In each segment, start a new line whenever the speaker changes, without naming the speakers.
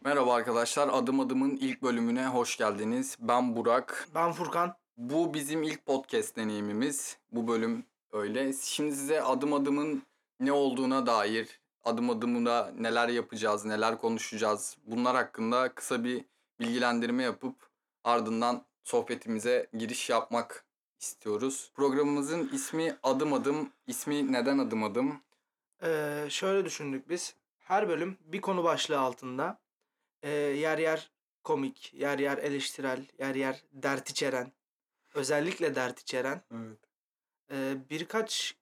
Merhaba arkadaşlar, Adım Adım'ın ilk bölümüne hoş geldiniz. Ben Burak.
Ben Furkan.
Bu bizim ilk podcast deneyimimiz. Bu bölüm öyle. Şimdi size Adım Adım'ın ne olduğuna dair, Adım Adım'da neler yapacağız, neler konuşacağız, bunlar hakkında kısa bir bilgilendirme yapıp ardından sohbetimize giriş yapmak istiyoruz. Programımızın ismi Adım Adım. İsmi neden Adım Adım?
Ee, şöyle düşündük biz. Her bölüm bir konu başlığı altında ee, yer yer komik, yer yer eleştirel, yer yer dert içeren, özellikle dert içeren
Evet.
ee, birkaç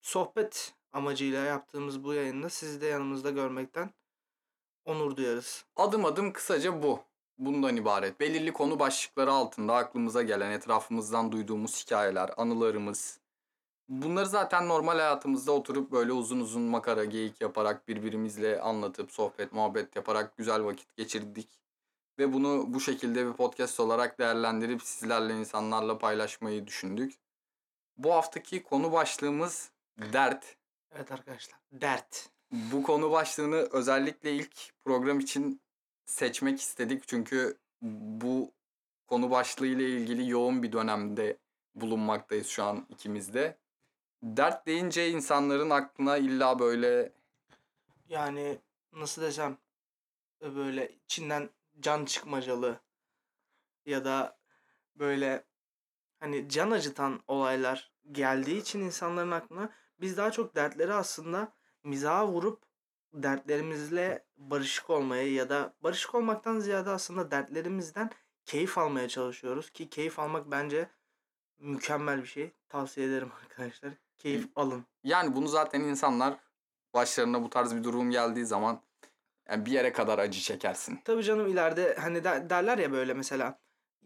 sohbet amacıyla yaptığımız bu yayında sizi de yanımızda görmekten onur duyarız.
Adım adım kısaca bu. Bundan ibaret. Belirli konu başlıkları altında aklımıza gelen, etrafımızdan duyduğumuz hikayeler, anılarımız. Bunları zaten normal hayatımızda oturup böyle uzun uzun makara geyik yaparak birbirimizle anlatıp sohbet, muhabbet yaparak güzel vakit geçirdik. Ve bunu bu şekilde bir podcast olarak değerlendirip sizlerle insanlarla paylaşmayı düşündük. Bu haftaki konu başlığımız dert.
Evet arkadaşlar. Dert.
Bu konu başlığını özellikle ilk program için seçmek istedik. Çünkü bu konu başlığı ile ilgili yoğun bir dönemde bulunmaktayız şu an ikimiz de. Dert deyince insanların aklına illa böyle
Yani nasıl desem e, böyle içinden can çıkmacalı ya da böyle hani can acıtan olaylar geldiği için insanların aklına biz daha çok dertleri aslında mizaha vurup dertlerimizle barışık olmaya ya da barışık olmaktan ziyade aslında dertlerimizden keyif almaya çalışıyoruz ki keyif almak bence mükemmel bir şey. Tavsiye ederim arkadaşlar. Keyif alın.
yani bunu zaten insanlar başlarına bu tarz bir durum geldiği zaman yani bir yere kadar acı çekersin.
Tabii canım ileride hani de- derler ya böyle mesela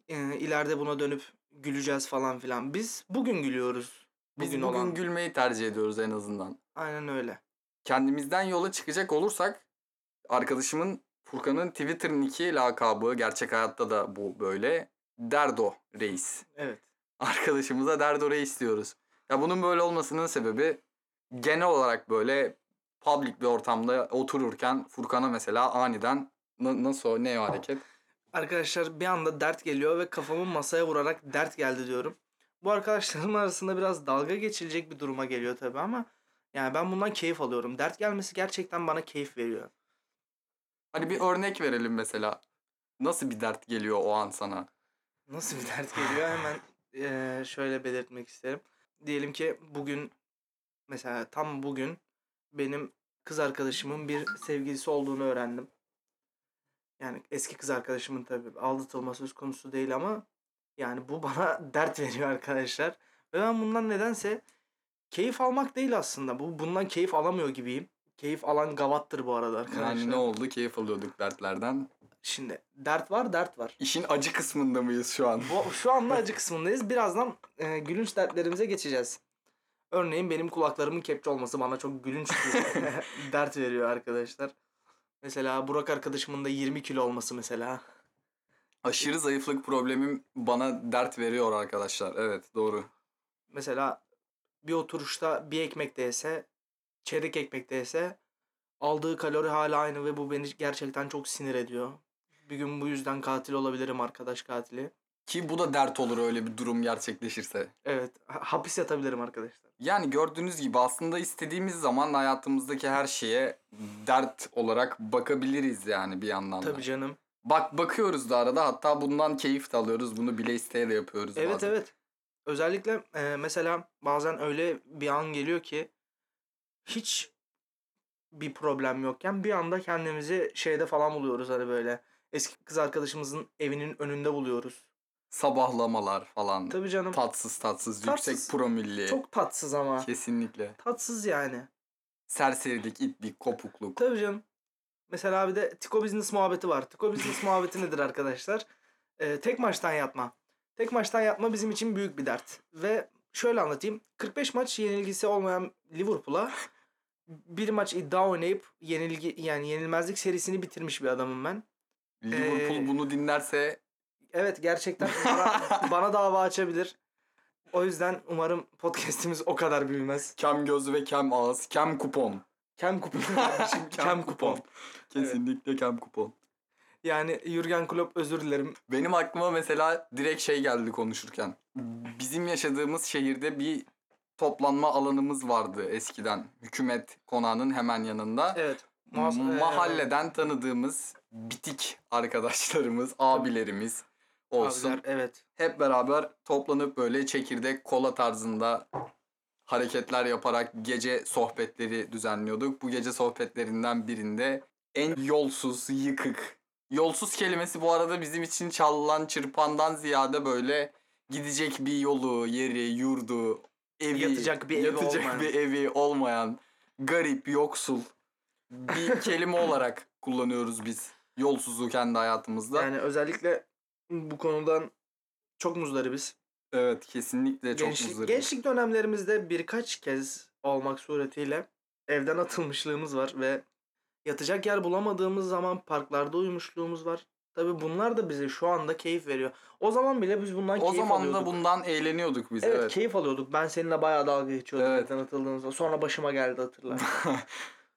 e, ileride buna dönüp güleceğiz falan filan. Biz bugün gülüyoruz.
Biz
Bugün,
bugün,
olan.
gülmeyi tercih ediyoruz en azından.
Aynen öyle.
kendimizden yola çıkacak olursak arkadaşımın Furkan'ın Twitter nick'i lakabı gerçek hayatta da bu böyle Derdo Reis.
Evet.
Arkadaşımıza Derdo Reis diyoruz. Ya bunun böyle olmasının sebebi genel olarak böyle public bir ortamda otururken Furkan'a mesela aniden "Na- nasıl o, ne o hareket?
Arkadaşlar bir anda dert geliyor ve kafamı masaya vurarak dert geldi diyorum. Bu arkadaşlarım arasında biraz dalga geçilecek bir duruma geliyor tabii ama yani ben bundan keyif alıyorum. Dert gelmesi gerçekten bana keyif veriyor.
Hani bir örnek verelim mesela. Nasıl bir dert geliyor o an sana?
Nasıl bir dert geliyor hemen eee, şöyle belirtmek isterim. Diyelim ki bugün mesela tam bugün benim kız arkadaşımın bir sevgilisi olduğunu öğrendim. Yani eski kız arkadaşımın tabii aldatılma söz konusu değil ama yani bu bana dert veriyor arkadaşlar. Ve ben bundan nedense keyif almak değil aslında. Bu bundan keyif alamıyor gibiyim. Keyif alan gavattır bu arada arkadaşlar.
Yani ne oldu? Keyif alıyorduk dertlerden.
Şimdi dert var, dert var.
İşin acı kısmında mıyız şu an?
Bu, şu anda acı kısmındayız. Birazdan e, gülünç dertlerimize geçeceğiz. Örneğin benim kulaklarımın kepçe olması bana çok gülünç bir dert veriyor arkadaşlar. Mesela Burak arkadaşımın da 20 kilo olması mesela.
Aşırı zayıflık problemim bana dert veriyor arkadaşlar. Evet doğru.
Mesela bir oturuşta bir ekmek de yese, çeyrek ekmek de yese aldığı kalori hala aynı ve bu beni gerçekten çok sinir ediyor. Bir gün bu yüzden katil olabilirim arkadaş katili.
Ki bu da dert olur öyle bir durum gerçekleşirse.
Evet, ha- hapis yatabilirim arkadaşlar.
Yani gördüğünüz gibi aslında istediğimiz zaman hayatımızdaki her şeye dert olarak bakabiliriz yani bir yandan da.
Tabii canım.
Bak bakıyoruz da arada hatta bundan keyif de alıyoruz. Bunu bile isteye de yapıyoruz
Evet
bazen.
evet. Özellikle e, mesela bazen öyle bir an geliyor ki hiç bir problem yokken bir anda kendimizi şeyde falan buluyoruz hani böyle. Eski kız arkadaşımızın evinin önünde buluyoruz.
Sabahlamalar falan.
Tabii canım.
Tatsız tatsız,
Tatsız.
yüksek promilli.
Çok tatsız ama.
Kesinlikle.
Tatsız yani.
Serserilik, itlik, kopukluk.
Tabii canım. Mesela bir de Tiko Business muhabbeti var. Tiko Business muhabbeti nedir arkadaşlar? Ee, tek maçtan yatma. Tek maçtan yatma bizim için büyük bir dert. Ve şöyle anlatayım. 45 maç yenilgisi olmayan Liverpool'a bir maç iddia oynayıp yenilgi yani yenilmezlik serisini bitirmiş bir adamım ben.
Liverpool
Ee,
bunu dinlerse
Evet gerçekten bana, bana dava açabilir. O yüzden umarım podcast'imiz o kadar büyümez.
kem göz ve kem ağız, kem kupon.
Kem kupon.
Şimdi kem, kupon. Kesinlikle kem kupon.
Yani Jürgen Klopp özür dilerim.
Benim aklıma mesela direkt şey geldi konuşurken. Bizim yaşadığımız şehirde bir toplanma alanımız vardı eskiden. Hükümet konağının hemen yanında.
Evet. Ee,
M-
muhas- eee,
Mahalleden tanıdığımız bitik arkadaşlarımız, abilerimiz olsun.
abiler, evet.
Hep beraber toplanıp böyle çekirdek kola tarzında hareketler yaparak gece sohbetleri düzenliyorduk. Bu gece sohbetlerinden birinde en yolsuz, yıkık. Yolsuz kelimesi bu arada bizim için çalılan çırpandan ziyade böyle gidecek bir yolu, yeri, yurdu, evi,
Yatacak bir evi
yatacak
olmayan.
bir evi olmayan, garip, yoksul bir kelime olarak kullanıyoruz biz yolsuzluğu kendi hayatımızda.
Yani özellikle bu konudan çok muzdaribiz.
evet, kesinlikle çok
gençlik,
muzdarip.
gençlik dönemlerimizde birkaç kez olmak suretiyle evden atılmışlığımız var ve yatacak yer bulamadığımız zaman parklarda uyumuşluğumuz var. Tabi bunlar da bize şu anda keyif veriyor. O zaman bile biz bundan
O
keyif
zaman
alıyorduk.
da bundan eğleniyorduk biz.
evet,
evet.
keyif alıyorduk. Ben seninle bayağı dalga geçiyordum
Evet.
evden atıldığımızda. Sonra başıma geldi hatırla.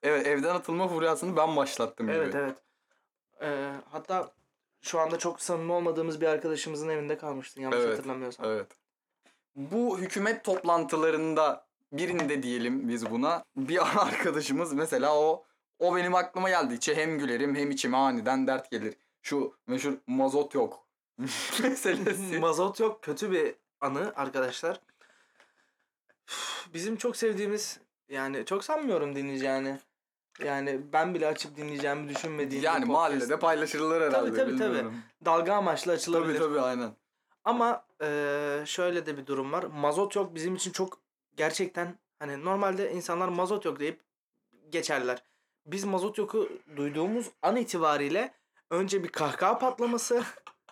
evet evden atılma furyasını ben başlattım
evet
gibi.
evet. Ee, hatta şu anda çok samimi olmadığımız bir arkadaşımızın evinde kalmıştın yanlış
Evet,
hatırlamıyorsam.
Evet. Bu hükümet toplantılarında birinde diyelim biz buna bir arkadaşımız mesela o o benim aklıma geldikçe hem gülerim hem içime aniden dert gelir. Şu meşhur mazot yok meselesi.
Mazot yok kötü bir anı arkadaşlar. Üf, Bizim çok sevdiğimiz yani çok sanmıyorum dinleyeceğini. Yani ben bile açıp dinleyeceğimi düşünmediğim bir
yani
podcast.
mahallede paylaşırlar herhalde.
tabii, tabii.
bilmiyorum.
dalga amaçlı açılabilir.
Tabii tabii aynen.
Ama eee, şöyle de bir durum var. Mazot yok bizim için çok gerçekten hani normalde insanlar mazot yok deyip geçerler. Biz mazot yoku duyduğumuz an itibariyle önce bir kahkaha patlaması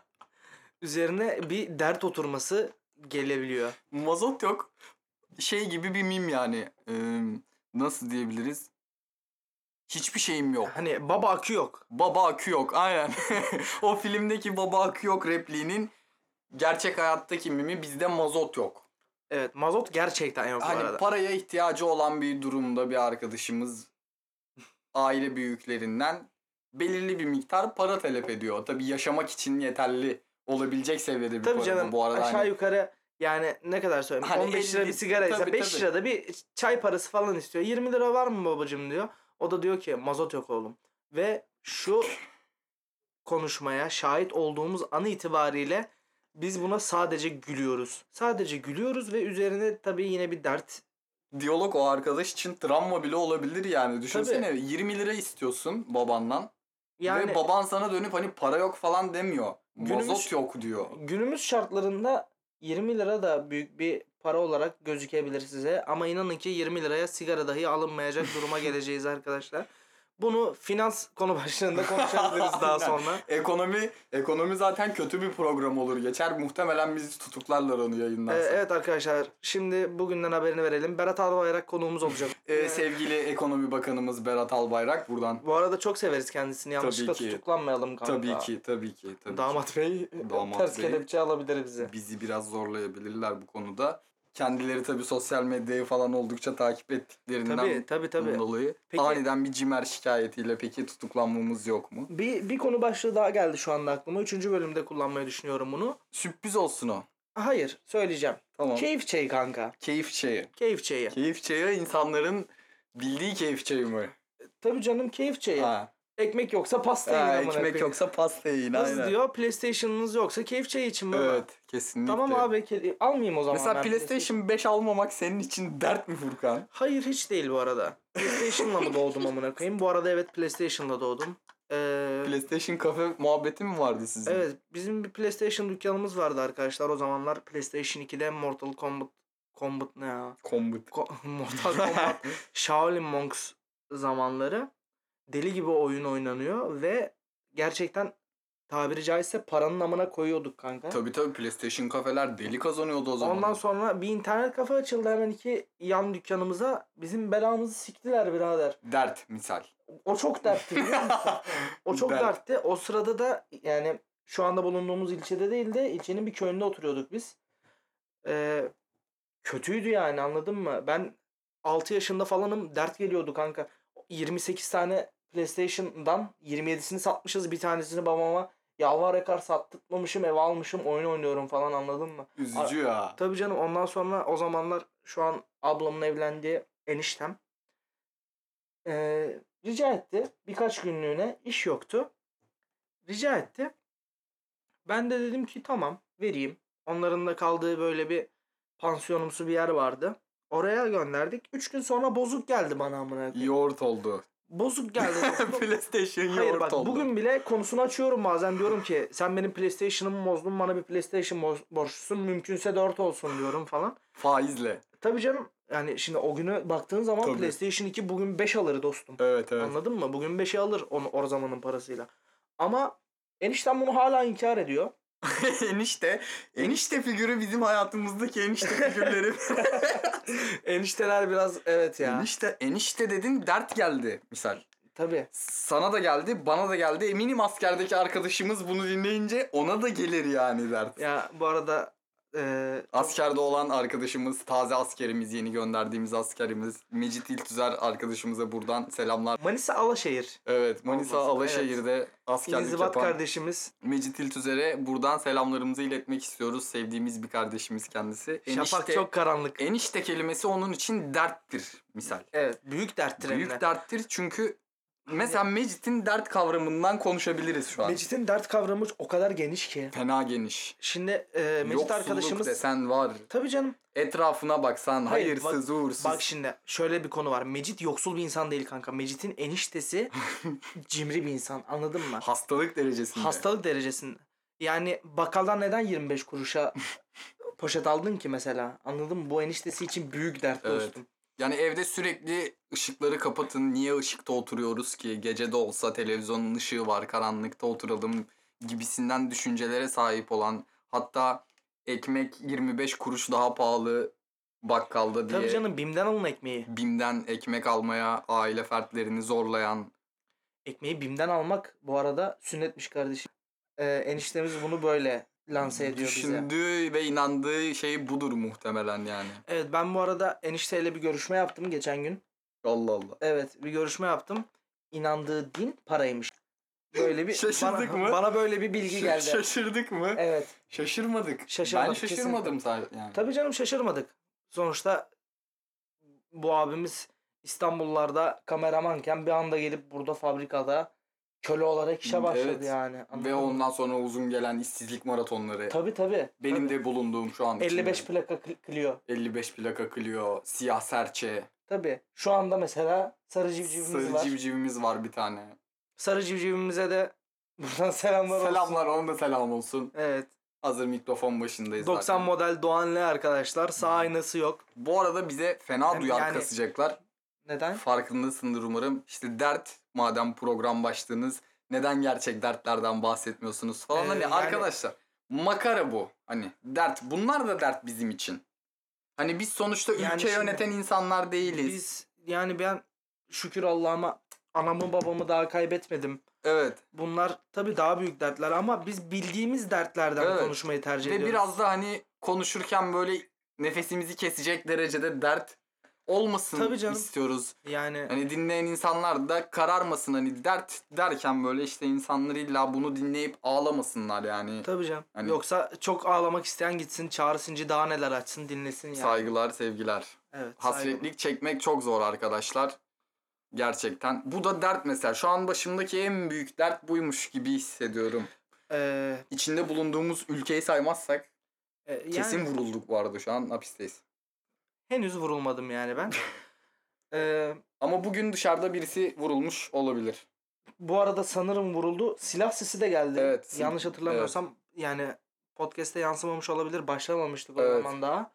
üzerine bir dert oturması gelebiliyor.
Mazot yok. Şey gibi bir mim yani. Ee, nasıl diyebiliriz? Hiçbir şeyim yok.
Hani baba akü yok.
Baba akü yok aynen. o filmdeki baba akü yok repliğinin gerçek hayattaki mimi bizde mazot yok.
Evet mazot gerçekten yok bu
Hani
arada.
paraya ihtiyacı olan bir durumda bir arkadaşımız aile büyüklerinden belirli bir miktar para talep ediyor. Tabii yaşamak için yeterli olabilecek seviyede bir
Tabii
para
canım
bu. bu arada.
aşağı
hani-
yukarı yani ne kadar söyleyeyim
Hani
15 lira
50
bir sigara ise
tabii,
5
tabii.
lirada bir çay parası falan istiyor. 20 lira var mı babacım diyor. O da diyor ki mazot yok oğlum. Ve şu konuşmaya şahit olduğumuz an itibariyle biz buna sadece gülüyoruz. Sadece gülüyoruz ve üzerine tabii yine bir dert.
diyalog o arkadaş için travma bile olabilir yani. Düşünsene 20 lira istiyorsun babandan
Yani
ve baban sana dönüp hani para yok falan demiyor.
Günümüz-
Mazot yok diyor.
günümüz şartlarında 20 lira da büyük bir para olarak gözükebilir size. Ama inanın ki 20 liraya sigara dahi alınmayacak duruma geleceğiz arkadaşlar. Bunu finans konu başlığında konuşabiliriz daha
Aynen.
sonra. Ee,
Ekonomi ekonomi zaten kötü bir program olur geçer. Muhtemelen bizi tutuklarlar onu
Ee,
yayından sonra.
evet arkadaşlar şimdi bugünden haberini verelim. Berat Albayrak konuğumuz olacak.
Ee,
Ee,
sevgili ekonomi bakanımız Berat Albayrak buradan.
bu arada çok severiz kendisini. Yanlışlıkla
ki.
tutuklanmayalım kanka.
Tabii ki tabii ki tabii. ki.
Damat Bey e,
Damat
ters
Bey.
kelepçe alabilir bizi.
Bizi biraz zorlayabilirler bu konuda. Kendileri tabii sosyal medyayı falan oldukça takip ettiklerinden
Tabii tabii tabii.
dolayı
Peki-
aniden bir cimer şikayetiyle peki tutuklanmamız yok mu?
Bir, bir konu başlığı daha geldi şu anda aklıma. Üçüncü bölümde kullanmayı düşünüyorum bunu.
Sürpriz olsun o.
Hayır söyleyeceğim.
Tamam.
Keyif çayı kanka.
keyif çayı.
Keyif çayı.
Keyif çayı insanların bildiği keyif çayı mı?
Tabii canım keyif çayı.
Ha.
Ekmek yoksa pasta yiyin
Ha,
Şey, amına
ekmek
koyayım.
yoksa pasta yiyin.
Nasıl
aynen.
diyor? PlayStation'ınız yoksa keyif çayı için baba.
Evet kesinlikle.
Tamam abi ke- almayayım o zaman.
Mesela
ben
PlayStation 5 almamak senin için dert mi Furkan?
Hayır hiç değil bu arada. PlayStation'la mı doğdum amına koyayım? Bu arada evet PlayStation'la doğdum. Ee,
PlayStation kafe muhabbeti mi vardı sizin?
evet bizim bir PlayStation dükkanımız vardı arkadaşlar. O zamanlar PlayStation 2'de Mortal Kombat Kombat ne ya?
Combat.
Ko- Mortal Kombat Shaolin Monks zamanları deli gibi oyun oynanıyor ve gerçekten tabiri caizse paranın amına koyuyorduk kanka.
tabii tabii PlayStation kafeler deli kazanıyordu o zaman.
Ondan sonra bir internet kafe açıldı hemen iki yan dükkanımıza. Bizim belamızı siktiler birader.
Dert misal.
O çok dertti biliyor musun? O çok
Dert.
dertti. O sırada da yani şu anda bulunduğumuz ilçede değil de ilçenin bir köyünde oturuyorduk biz. Ee, kötüydü yani anladın mı? Ben 6 yaşında falanım dert geliyordu kanka. 28 tane PlayStation'dan 27'sini satmışız. Bir tanesini babama yalvar yakar sattırtmamışım ev almışım oyun oynuyorum falan anladın mı?
Üzücü ya.
Tabii canım ondan sonra o zamanlar şu an ablamın evlendiği eniştem eee, rica etti. Birkaç günlüğüne iş yoktu. Rica etti. Ben de dedim ki tamam vereyim. Onların da kaldığı böyle bir pansiyonumsu bir yer vardı. Oraya gönderdik. Üç gün sonra bozuk geldi bana amına koyayım.
Yoğurt oldu.
Bozuk geldi.
PlayStation yoğurt
Hayır bak
oldu.
bugün bile konusunu açıyorum bazen diyorum ki sen benim PlayStation'ımı bozdun bana bir PlayStation bo- borçlusun mümkünse 4 olsun diyorum falan.
Faizle.
Tabii canım yani şimdi o günü baktığın zaman
Tabii.
PlayStation 2 bugün 5 alır dostum.
Evet evet.
Anladın mı? Bugün 5'i alır onu o zamanın parasıyla. Ama enişten bunu hala inkar ediyor.
enişte. Enişte figürü bizim hayatımızdaki enişte figürleri.
Enişteler biraz evet ya.
enişte, enişte dedin dert geldi misal.
Tabii.
Sana da geldi, bana da geldi. Eminim askerdeki arkadaşımız bunu dinleyince ona da gelir yani dert.
Ya bu arada e, eee,
Askerde olan arkadaşımız, taze askerimiz, yeni gönderdiğimiz askerimiz Mecit İltüzer arkadaşımıza buradan selamlar.
Manisa Alaşehir.
Evet, Manisa
Olmasın,
Alaşehir'de askerlik
İnzibat
yapan
kardeşimiz.
Mecit İltüzer'e buradan selamlarımızı iletmek istiyoruz. Sevdiğimiz bir kardeşimiz kendisi.
Şafak çok karanlık.
Enişte kelimesi onun için derttir misal.
Evet. Büyük derttir Hani- hem de.
Büyük derttir çünkü mesela Mecit'in dert kavramından konuşabiliriz şu an.
Mecit'in dert kavramı o kadar geniş ki.
Fena geniş.
Şimdi e, Mecit
Yoksulluk
arkadaşımız...
desen var.
Tabii canım.
Etrafına baksan
Hayır,
hayırsız, uğursuz.
Bak şimdi şöyle bir konu var. Mecit yoksul bir insan değil kanka. Mecit'in eniştesi cimri bir insan anladın mı?
hastalık derecesinde.
Hastalık derecesinde. Yani bakkaldan neden 25 kuruşa poşet aldın ki mesela? Anladın mı? Bu eniştesi için büyük dert
Evet.
dostum.
Yani evde sürekli ışıkları kapatın. Niye ışıkta oturuyoruz ki? Gece de olsa televizyonun ışığı var. Karanlıkta oturalım gibisinden düşüncelere sahip olan hatta ekmek 25 kuruş daha pahalı bakkalda diye
Tabii canım BİM'den alın ekmeği.
BİM'den ekmek almaya aile fertlerini zorlayan
Ekmeği BİM'den almak bu arada sünnetmiş kardeşim. Ee, eniştemiz bunu böyle lanse ediyor bize.
düşündüğü ve inandığı şey budur muhtemelen yani.
Evet ben bu arada enişteyle bir görüşme yaptım geçen gün.
Allah Allah.
Evet bir görüşme yaptım. İnandığı din paraymış. Böyle bir
Şaşırdık
bana,
mı?
bana böyle bir bilgi
Ş-
geldi.
Şaşırdık mı?
Evet.
Şaşırmadık.
Şaşırmadık,
Ben şaşırmadım sadece yani.
Tabii canım şaşırmadık. Sonuçta bu abimiz İstanbullarda kameramanken bir anda gelip burada fabrikada köle olarak işe
Evet.
başladı yani.
Ve
anladın mı?
ondan sonra uzun gelen işsizlik maratonları.
Tabii tabii.
Benim
tabii.
de şey bulunduğum şu an
55
içinde.
plaka kli- Clio.
55 plaka Clio, siyah serçe,
Tabii. Şu anda mesela sarı civcivimiz
sarı
var.
civcivimiz var bir tane.
Sarı civcivimize de buradan selamlar olsun.
Selamlar ona da selam olsun.
Evet.
Hazır mikrofon başındayız
90
zaten.
model Doğan L arkadaşlar. Sağ aynası yok.
Bu arada bize fena
Yani-
duyar
yani-
kasacaklar.
Neden?
Farkındasındır umarım. İşte dert madem program başlığınız neden gerçek dertlerden bahsetmiyorsunuz falan.
Ee,
hani
yani-
arkadaşlar makara bu. Hani dert bunlar da dert bizim için. Hani biz sonuçta ülke
Yani şimdi-
yöneten insanlar değiliz.
Biz yani ben şükür Allah'ıma anamı babamı daha kaybetmedim.
Evet.
Bunlar tabii daha büyük dertler ama biz bildiğimiz dertlerden
Evet.
konuşmayı tercih
Ve
ediyoruz.
biraz da hani konuşurken böyle nefesimizi kesecek derecede dert olmasın
Tabii canım.
istiyoruz.
yani
Hani dinleyen insanlar da kararmasın hani dert derken böyle işte insanlar illa bunu dinleyip ağlamasınlar yani.
tabii canım.
Hani-
Yoksa çok ağlamak isteyen gitsin Çağrı Sinci daha neler açsın dinlesin yani.
Saygılar, sevgiler.
evet,
Hasretlik çekmek çok zor arkadaşlar. Gerçekten. Bu da dert mesela. Şu an başımdaki en büyük dert buymuş gibi hissediyorum.
saygı.
İçinde bulunduğumuz ülkeyi saymazsak
Ee, e,
kesin
yani
vurulduk bu arada şu an hapisteyiz.
henüz vurulmadım yani ben. Ee,
Ama bugün dışarıda birisi vurulmuş olabilir.
bu arada sanırım vuruldu. Silah sesi de geldi.
Evet, sim-
Yanlış hatırlamıyorsam yani podcast'te yansımamış olabilir. Başlamamıştık o
Evet.
zaman daha.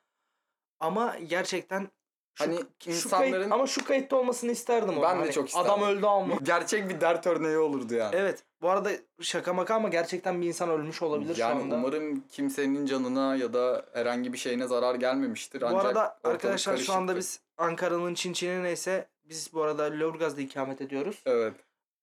Ama gerçekten şu-
Hani
şu
insanların-
kayıt- ama şu kayıtta olmasını isterdim onu.
Ben de
Hani
çok isterdim.
Adam öldü ama.
Gerçek bir dert örneği olurdu yani.
Evet. Bu arada şaka maka ama gerçekten bir insan ölmüş olabilir
yani
şu anda.
umarım kimsenin canına ya da herhangi bir şeyine zarar gelmemiştir.
bu
Ancak
arada
ortalık
arkadaşlar şu anda
karışıktır.
biz Ankara'nın Çinçin'i neyse biz bu arada Lörgaz'da ikamet ediyoruz.
Evet.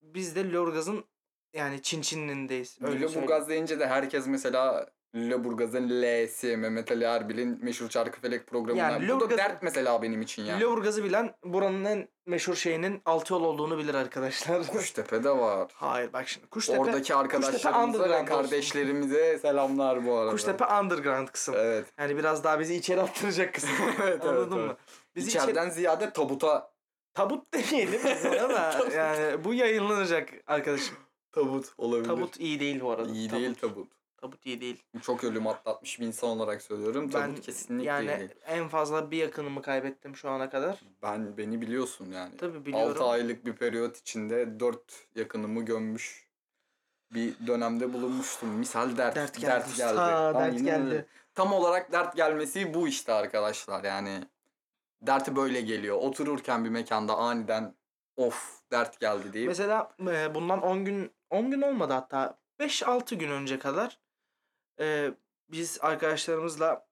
Biz de Lörgaz'ın yani Çinçin'indeyiz. Öyle
Öyle bu
söyleyeyim.
gaz deyince de herkes mesela Lüleburgaz'ın L'si Mehmet Ali Erbil'in meşhur Çarkı Felek programından.
Yani
Bu da
Lüleburgaz-
dert mesela benim için ya.
Lüleburgaz'ı bilen buranın en meşhur şeyinin altı yol olduğunu bilir arkadaşlar.
Kuştepe'de var.
Hayır bak şimdi Kuştepe,
Oradaki arkadaşlarımıza ve
underground olsun.
kardeşlerimize selamlar bu arada.
Kuştepe underground kısım.
Evet.
Yani biraz daha bizi içeri attıracak kısım.
evet
Anladın mı? Bizi içeri-
İçeriden ziyade tabuta
Tabut demeyelim biz ona da.
Tabut.
yani bu yayınlanacak arkadaşım.
tabut olabilir.
Tabut iyi değil bu arada.
iyi
tabut.
değil tabut.
Tabut iyi değil.
Çok ölüm atlatmış bir insan olarak söylüyorum. Tabut
ben
kesinlikle iyi
yani
değil.
en fazla bir yakınımı kaybettim şu ana kadar.
Ben beni biliyorsun yani.
Tabii biliyorum.
6 aylık bir periyot içinde 4 yakınımı gömmüş bir dönemde bulunmuştum. Misal dert
Dert geldi.
dert geldi.
Ha, dert
Aynen
geldi.
öyle. Tam olarak dert gelmesi bu işte arkadaşlar. Yani derti böyle geliyor. Otururken bir mekanda aniden of dert geldi deyip
Mesela e, bundan 10 gün 10 gün olmadı hatta 5-6 gün önce kadar e, biz arkadaşlarımızla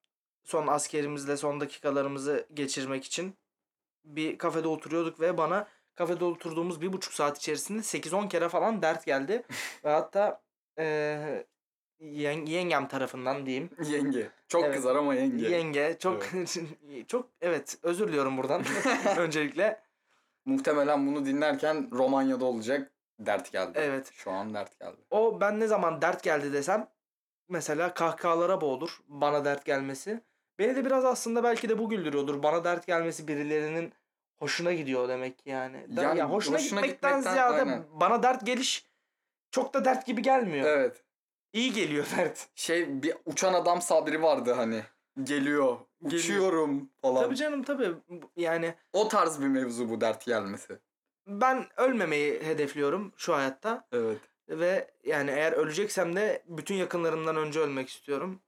son askerimizle son dakikalarımızı geçirmek için bir kafede oturuyorduk ve bana kafede oturduğumuz bir buçuk saat içerisinde 8-10 kere falan dert geldi. ve hatta e, yen- yengem tarafından diyeyim.
yenge. Çok
Evet.
kızar ama yenge.
Yenge çok çok evet özür diliyorum buradan öncelikle.
Muhtemelen bunu dinlerken Romanya'da olacak dert geldi.
Evet.
Şu an dert geldi.
O ben ne zaman dert geldi desem mesela kahkahalara boğulur bana dert gelmesi. Beni de biraz aslında belki de bu güldürüyordur. Bana dert gelmesi birilerinin hoşuna gidiyor demek ki yani. Da-
Yani
ya hoşuna,
hoşuna
gitmekten,
gitmekten-
ziyade
aynen.
bana dert geliş çok da dert gibi gelmiyor.
Evet.
İyi geliyor dert.
şey bir uçan adam Sabri vardı hani. Geliyor,
Geliyor.
uçuyorum falan.
Tabii canım tabii. Bu- Yani
O tarz bir mevzu bu dert gelmesi.
ben ölmemeyi hedefliyorum şu hayatta.
Evet.
Ve yani eğer öleceksem de bütün yakınlarımdan önce ölmek istiyorum.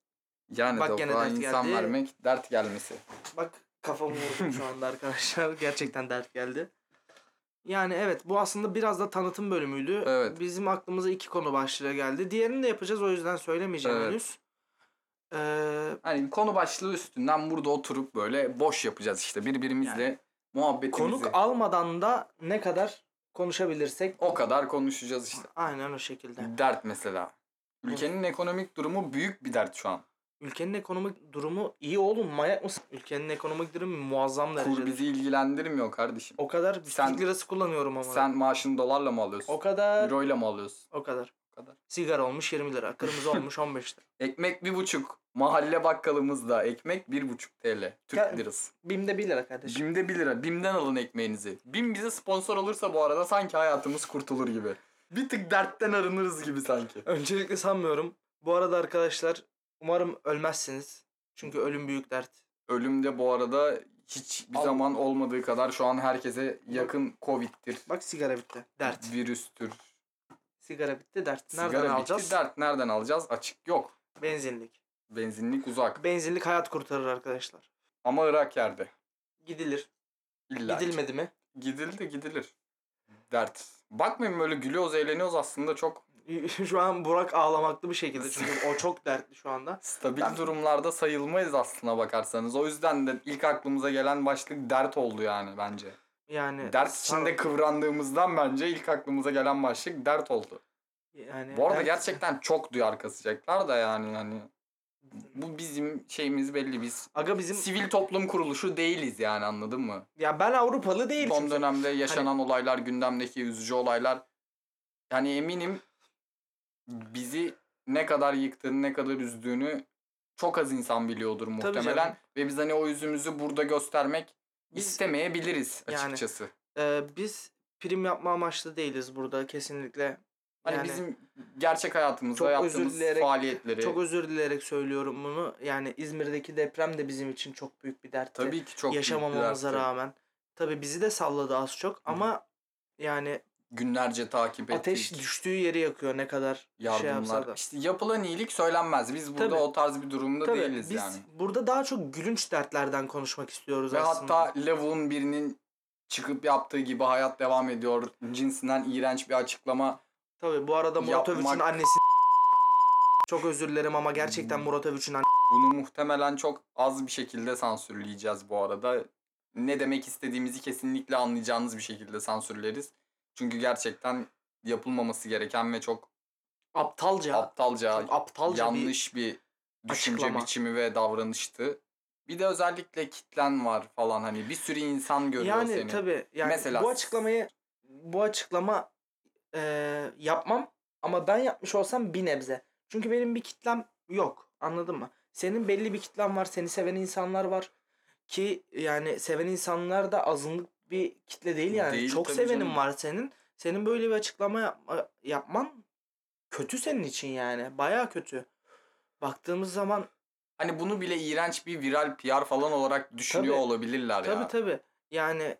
Yani
Bak
de o
gene
kadar
dert
insan
geldi.
vermek dert gelmesi.
Bak kafamı vurdum şu anda arkadaşlar. Gerçekten dert geldi. Yani evet bu aslında biraz da tanıtım bölümüydü.
Evet.
Bizim aklımıza iki konu başlığı geldi. Diğerini de yapacağız o yüzden söylemeyeceğim
Evet.
henüz. Ee,
Hani konu başlığı üstünden burada oturup böyle boş yapacağız işte birbirimizle muhabbetimizi.
konuk almadan da ne kadar konuşabilirsek
o kadar konuşacağız işte.
aynen o şekilde.
Dert mesela. Ülkenin ekonomik durumu büyük bir dert şu an.
Ülkenin ekonomik durumu iyi oğlum manyak mısın? Ülkenin ekonomik durumu muazzam
Kur
derecede.
bizi ilgilendirmiyor kardeşim.
O kadar
Sen-
Türk lirası kullanıyorum ama.
Sen maaşını dolarla mı alıyorsun?
o kadar
Euroyla mı alıyorsun?
o kadar.
O kadar.
Sigara olmuş 20 lira, kırmızı olmuş 15 lira.
Ekmek bir buçuk. Mahalle bakkalımızda ekmek bir buçuk TL. Türk
Ya-
lirası.
Bim'de 1 lira kardeşim.
Bim'de bir lira. Bim'den alın ekmeğinizi. Bim bize sponsor olursa bu arada sanki hayatımız kurtulur gibi. Bir tık dertten arınırız gibi sanki.
Öncelikle sanmıyorum. Bu arada arkadaşlar umarım ölmezsiniz. Çünkü ölüm büyük dert.
Ölüm de bu arada hiç bir
Al.
zaman olmadığı kadar şu an herkese yakın Covid'dir.
Bak sigara bitti. Dert.
Virüstür.
Sigara bitti dert. Nereden
Sigara bitti,
alacağız?
Dert nereden alacağız? Açık yok.
Benzinlik.
Benzinlik uzak.
Benzinlik hayat kurtarır arkadaşlar.
Ama Irak yerde.
Gidilir.
İlla ki.
Gidilmedi mi?
Gidildi gidilir. Dert. Bakmayın böyle gülüyoruz eğleniyoruz aslında çok
şu an Burak ağlamaklı bir şekilde çünkü o çok dertli şu anda.
Stabil
Ben-
durumlarda sayılmayız aslına bakarsanız. O yüzden de ilk aklımıza gelen başlık dert oldu yani bence.
Yani
Dert
sar-
içinde kıvrandığımızdan bence ilk aklımıza gelen başlık dert oldu.
yani
Bu arada
dert-
gerçekten çok duyar kasacaklar da yani hani bu bizim şeyimiz belli biz
Aga bizim
sivil toplum kuruluşu değiliz yani anladın mı?
ya ben Avrupalı değilim.
Son dönemde
hani
yaşanan olaylar, gündemdeki üzücü olaylar yani eminim bizi ne kadar yıktığını, ne kadar üzdüğünü çok az insan biliyordur muhtemelen
canım.
ve biz hani o yüzümüzü burada göstermek
Biz-
istemeyebiliriz
Yani.
açıkçası.
Ee, biz prim yapma amaçlı değiliz burada kesinlikle.
Hani
Yani-
bizim gerçek hayatımızda
Çok
yaptığımız
özür dileyerek-
faaliyetleri
Çok özür dileyerek söylüyorum bunu. Yani İzmir'deki deprem de bizim için çok büyük bir dertti.
tabii ki çok büyük bir
Yaşamamamıza
dertti.
rağmen. Tabii bizi de salladı az çok ama yani
günlerce takip ettik.
ateş düştüğü yeri yakıyor ne kadar şey
yardımlar.
yapsa da.
işte yapılan iyilik söylenmez. Biz burada
Tabii.
o tarz bir durumda
Tabii
değiliz
biz
yani.
burada daha çok gülünç dertlerden konuşmak istiyoruz
Ve
aslında.
hatta Lavun birinin çıkıp yaptığı gibi hayat devam ediyor cinsinden iğrenç bir açıklama.
Tabii bu arada Murat
yapmak-
Övüç'ün annesi çok özür dilerim ama gerçekten Murat Övüç'ün annesi
Bunu muhtemelen çok az bir şekilde sansürleyeceğiz bu arada. Ne demek istediğimizi kesinlikle anlayacağınız bir şekilde sansürleriz. Çünkü gerçekten yapılmaması gereken ve çok
aptalca.
aptalca,
Çok aptalca bir
yanlış bir düşünce
Açıklama.
biçimi ve davranıştı. Bir de özellikle kitlen var falan hani bir sürü insan görüyor
yani
seni.
tabii yani
Mesela-
bu açıklamayı bu açıklama e, yapmam ama ben yapmış olsam bir nebze. Çünkü benim bir kitlem yok. Anladın mı? Senin belli bir kitlen var. Seni seven insanlar var. Ki yani seven insanlar da azınlık bir kitle değil yani.
Değil
Çok
tabii
sevenin
canım.
var senin. Senin böyle bir açıklama yapma, yapman kötü senin için yani. Baya kötü. Baktığımız zaman
Hani bunu bile iğrenç bir viral PR falan olarak düşünüyor
Tabii.
olabilirler
Tabii
ya.
tabii. Yani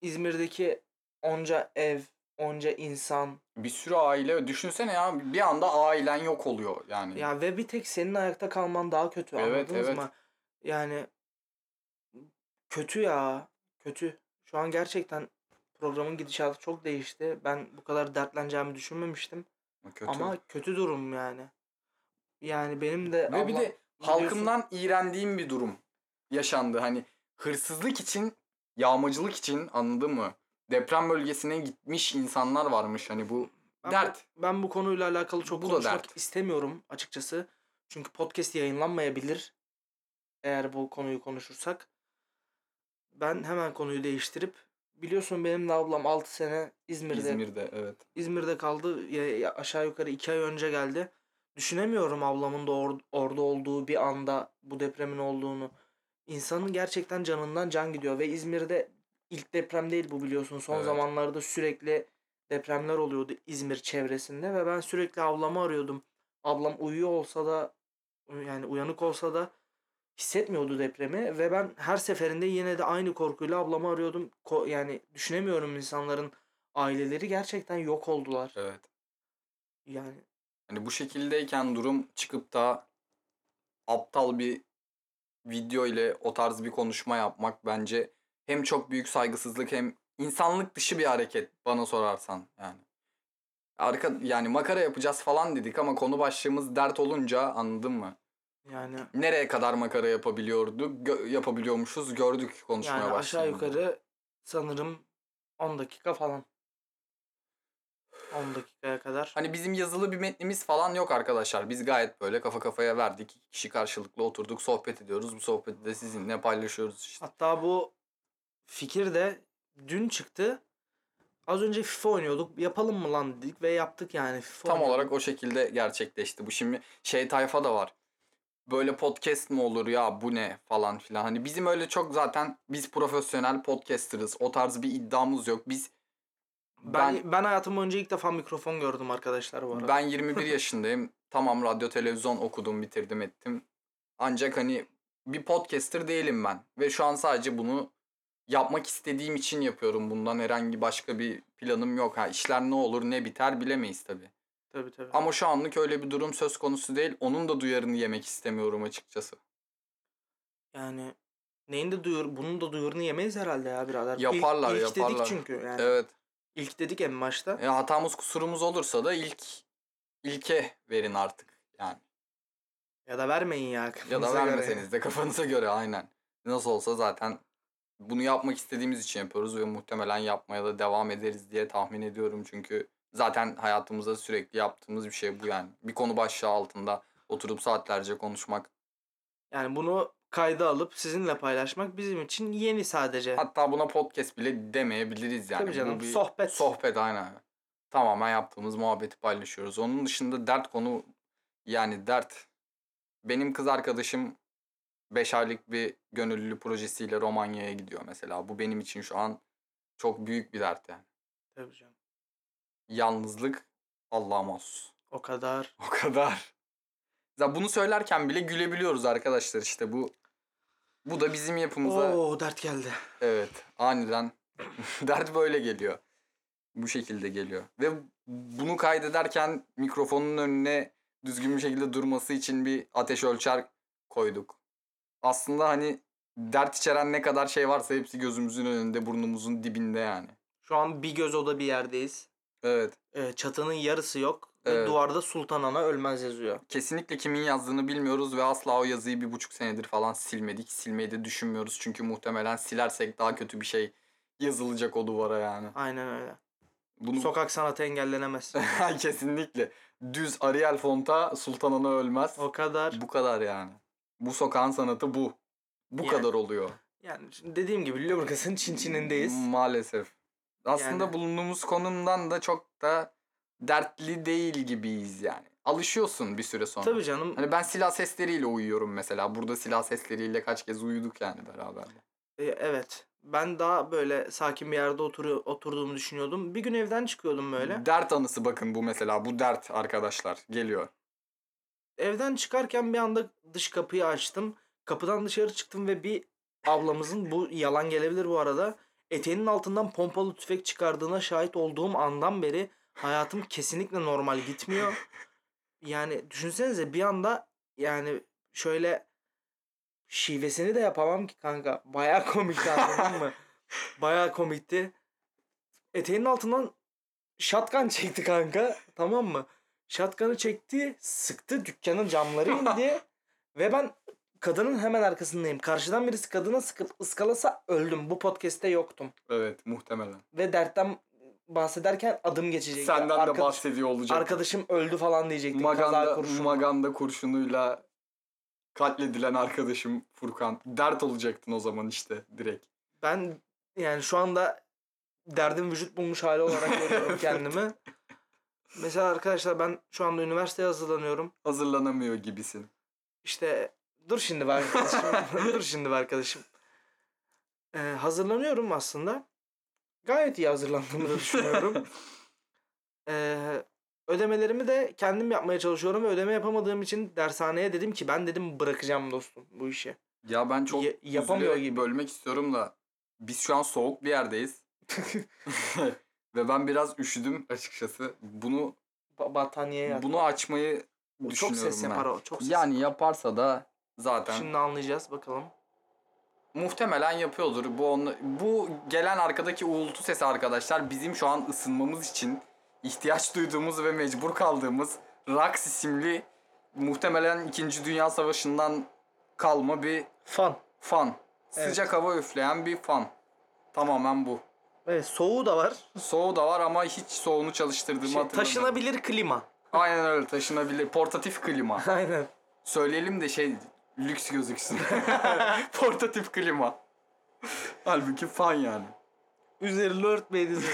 İzmir'deki onca ev, onca insan
Bir sürü aile düşünsene ya bir anda ailen yok oluyor yani.
ya ve bir tek senin ayakta kalman daha kötü.
Evet,
anladınız
evet.
mı? Yani kötü ya. Kötü. Şu an gerçekten programın gidişatı çok değişti. Ben bu kadar dertleneceğimi düşünmemiştim.
Kötü.
Ama kötü durum yani. Yani benim de
Ve bir
Allah-
de halkımdan iğrendiğim bir durum yaşandı. Hani hırsızlık için, yağmacılık için anladın mı? Deprem bölgesine gitmiş insanlar varmış hani bu
Ben bu-
dert.
Ben bu konuyla alakalı çok
Bu da
konuşmak
dert.
istemiyorum açıkçası. Çünkü podcast yayınlanmayabilir. Eğer bu konuyu konuşursak. Ben hemen konuyu değiştirip biliyorsun benim de ablam 6 sene İzmir'de
İzmir'de evet.
İzmir'de kaldı. Ya- ya aşağı yukarı 2 ay önce geldi. Düşünemiyorum ablamın da or- orada olduğu bir anda bu depremin olduğunu. İnsanın gerçekten canından can gidiyor ve İzmir'de ilk deprem değil bu biliyorsun. Son
Evet.
zamanlarda sürekli depremler oluyordu İzmir çevresinde ve ben sürekli ablamı arıyordum. Ablam uyuyor olsa da yani uyanık olsa da hissetmiyordu depremi ve ben her seferinde yine de aynı korkuyla ablamı arıyordum. Ko- yani düşünemiyorum insanların aileleri gerçekten yok oldular.
Evet.
Yani
Hani bu şekildeyken durum çıkıp da aptal bir video ile o tarz bir konuşma yapmak bence hem çok büyük saygısızlık hem insanlık dışı bir hareket bana sorarsan yani. Arka yani makara yapacağız falan dedik ama konu başlığımız dert olunca anladın mı?
yani
Nereye kadar makara yapabiliyorduk, gö- yapabiliyormuşuz gördük konuşmaya
yani aşağı
başladığında.
yukarı sanırım 10 dakika falan. 10 dakikaya kadar.
Hani bizim yazılı bir metnimiz falan yok arkadaşlar. Biz gayet böyle kafa kafaya verdik. İki kişi karşılıklı oturduk, sohbet ediyoruz. Bu sohbeti de sizinle paylaşıyoruz işte.
Hatta bu fikir de dün çıktı. Az önce FIFA oynuyorduk. Yapalım mı lan dedik ve yaptık yani FIFA.
Tam
oynuyorduk.
olarak o şekilde gerçekleşti. Bu şimdi şey tayfa da var. Böyle podcast mi olur ya bu ne falan filan. Hani bizim öyle çok zaten biz profesyonel podcasterız. O tarz bir iddiamız yok. Biz
ben, ben hayatım boyunca ilk defa mikrofon gördüm arkadaşlar bu arada.
Ben 21 yaşındayım. Tamam radyo televizyon okudum, bitirdim, ettim. Ancak hani bir podcaster değilim ben. Ve şu an sadece bunu yapmak istediğim için yapıyorum. Bundan herhangi başka bir planım yok. Ha işler ne olur ne biter bilemeyiz tabii.
Tabii tabii.
Ama şu anlık öyle bir durum söz konusu değil. Onun da duyarını yemek istemiyorum açıkçası.
Yani neyin de duyur bunun da duyurunu yemeyiz herhalde ya birader. İlk-
Yaparlar,
ilk,
yaparlar.
dedik çünkü yani.
Evet.
İlk dedik en başta.
E, hatamız kusurumuz olursa da ilk ilke verin artık yani.
Ya da vermeyin ya.
Ya da
kafanıza göre.
vermeseniz de kafanıza göre aynen. Nasıl olsa zaten bunu yapmak istediğimiz için yapıyoruz ve muhtemelen yapmaya da devam ederiz diye tahmin ediyorum. Çünkü zaten hayatımızda sürekli yaptığımız bir şey bu yani. Bir konu başlığı altında oturup saatlerce konuşmak.
Yani bunu kayda alıp sizinle paylaşmak bizim için yeni sadece.
Hatta buna podcast bile demeyebiliriz yani.
Tabii canım
Bu bir
sohbet.
sohbet aynen. Tamamen yaptığımız muhabbeti paylaşıyoruz. Onun dışında dert konu yani dert. Benim kız arkadaşım 5 aylık bir gönüllü projesiyle Romanya'ya gidiyor mesela. Bu benim için şu an çok büyük bir dert yani.
Tabii canım.
Yalnızlık Allah'a mahsus.
O kadar.
O kadar. Ya bunu söylerken bile gülebiliyoruz arkadaşlar işte bu. Bu da bizim yapımıza
Oo dert geldi.
Evet. Aniden dert böyle geliyor. Bu şekilde geliyor. Ve bunu kaydederken mikrofonun önüne düzgün bir şekilde durması için bir ateş ölçer koyduk. Aslında hani dert içeren ne kadar şey varsa hepsi gözümüzün önünde, burnumuzun dibinde yani.
Şu an bir göz oda bir yerdeyiz.
Evet.
Ee, çatının yarısı yok. Ve
Evet.
duvarda Sultan Ana ölmez yazıyor.
Kesinlikle kimin yazdığını bilmiyoruz ve asla o yazıyı bir buçuk senedir falan silmedik. Silmeyi de düşünmüyoruz çünkü muhtemelen silersek daha kötü bir şey yazılacak o duvara yani.
Aynen öyle.
Bunu
Sokak sanatı engellenemez.
Kesinlikle. Düz Arial fonta Sultan Ana ölmez.
O kadar.
Bu kadar yani. Bu sokağın sanatı bu. Bu
Yani.
kadar oluyor.
Yani şimdi dediğim gibi Lüleburgaz'ın Çin Çin'indeyiz.
Hmm. Maalesef. Aslında
Yani.
bulunduğumuz konumdan da çok da dertli değil gibiyiz yani. Alışıyorsun bir süre sonra.
Tabii canım.
Hani ben silah sesleriyle uyuyorum mesela. Burada silah sesleriyle kaç kez uyuduk yani beraber.
E, evet. Ben daha böyle sakin bir yerde oturu, oturduğumu düşünüyordum. Bir gün evden çıkıyordum böyle.
Dert anısı bakın bu mesela. Bu dert arkadaşlar geliyor.
Evden çıkarken bir anda dış kapıyı açtım. Kapıdan dışarı çıktım ve bir ablamızın bu yalan gelebilir bu arada. Eteğinin altından pompalı tüfek çıkardığına şahit olduğum andan beri hayatım kesinlikle normal gitmiyor. Yani düşünsenize bir anda yani şöyle şivesini de yapamam ki kanka. Baya komikti anladın mı? Baya komikti. Eteğinin altından şatkan çekti kanka. Tamam mı? Şatkanı çekti, sıktı, dükkanın camları indi. ve ben kadının hemen arkasındayım. Karşıdan birisi kadına sıkıp ıskalasa öldüm. Bu podcast'te yoktum.
Evet muhtemelen.
Ve dertten bahsederken adım geçecek.
Senden
Arkadaş-
de bahsediyor olacak.
Arkadaşım öldü falan diyecektim. kaza
Maganda,
kurşunu.
Maganda kurşunuyla katledilen arkadaşım Furkan. Dert olacaktın o zaman işte direkt.
Ben yani şu anda derdim vücut bulmuş hali olarak görüyorum kendimi. Mesela arkadaşlar ben şu anda üniversiteye hazırlanıyorum.
Hazırlanamıyor gibisin.
İşte dur şimdi be arkadaşım. dur şimdi be arkadaşım. Ee, hazırlanıyorum aslında. Gayet iyi hazırlandığımı da düşünüyorum. Ee, ödemelerimi de kendim yapmaya çalışıyorum ve ödeme yapamadığım için dershaneye dedim ki ben dedim bırakacağım dostum bu işi.
Ya ben çok
Ye- yapamıyor
üzülerek
gibi.
bölmek istiyorum da biz şu an soğuk bir yerdeyiz. Ve ben biraz üşüdüm açıkçası. Bunu
Ba- Battaniyeye yattım.
bunu açmayı
O çok
düşünüyorum
ses
ben.
yapar o. Çok ses
Yani yaparsa da zaten
Şimdi anlayacağız bakalım.
muhtemelen yapıyordur. Bu onla- bu gelen arkadaki uğultu sesi arkadaşlar bizim şu an ısınmamız için ihtiyaç duyduğumuz ve mecbur kaldığımız Rax isimli muhtemelen 2. Dünya Savaşı'ndan kalma bir
Fan.
Fan.
Evet.
Sıcak hava üfleyen bir fan. Tamamen bu.
Evet soğuğu da var.
Soğuğu da var ama hiç soğunu çalıştırdığımı
Şey,
Şey, hatırlamıyorum.
taşınabilir klima.
Aynen öyle taşınabilir. Portatif klima.
Aynen.
Söyleyelim de şey lüks gözüksün. Portatif klima. Halbuki fan yani.
Üzeri örtmeydiniz.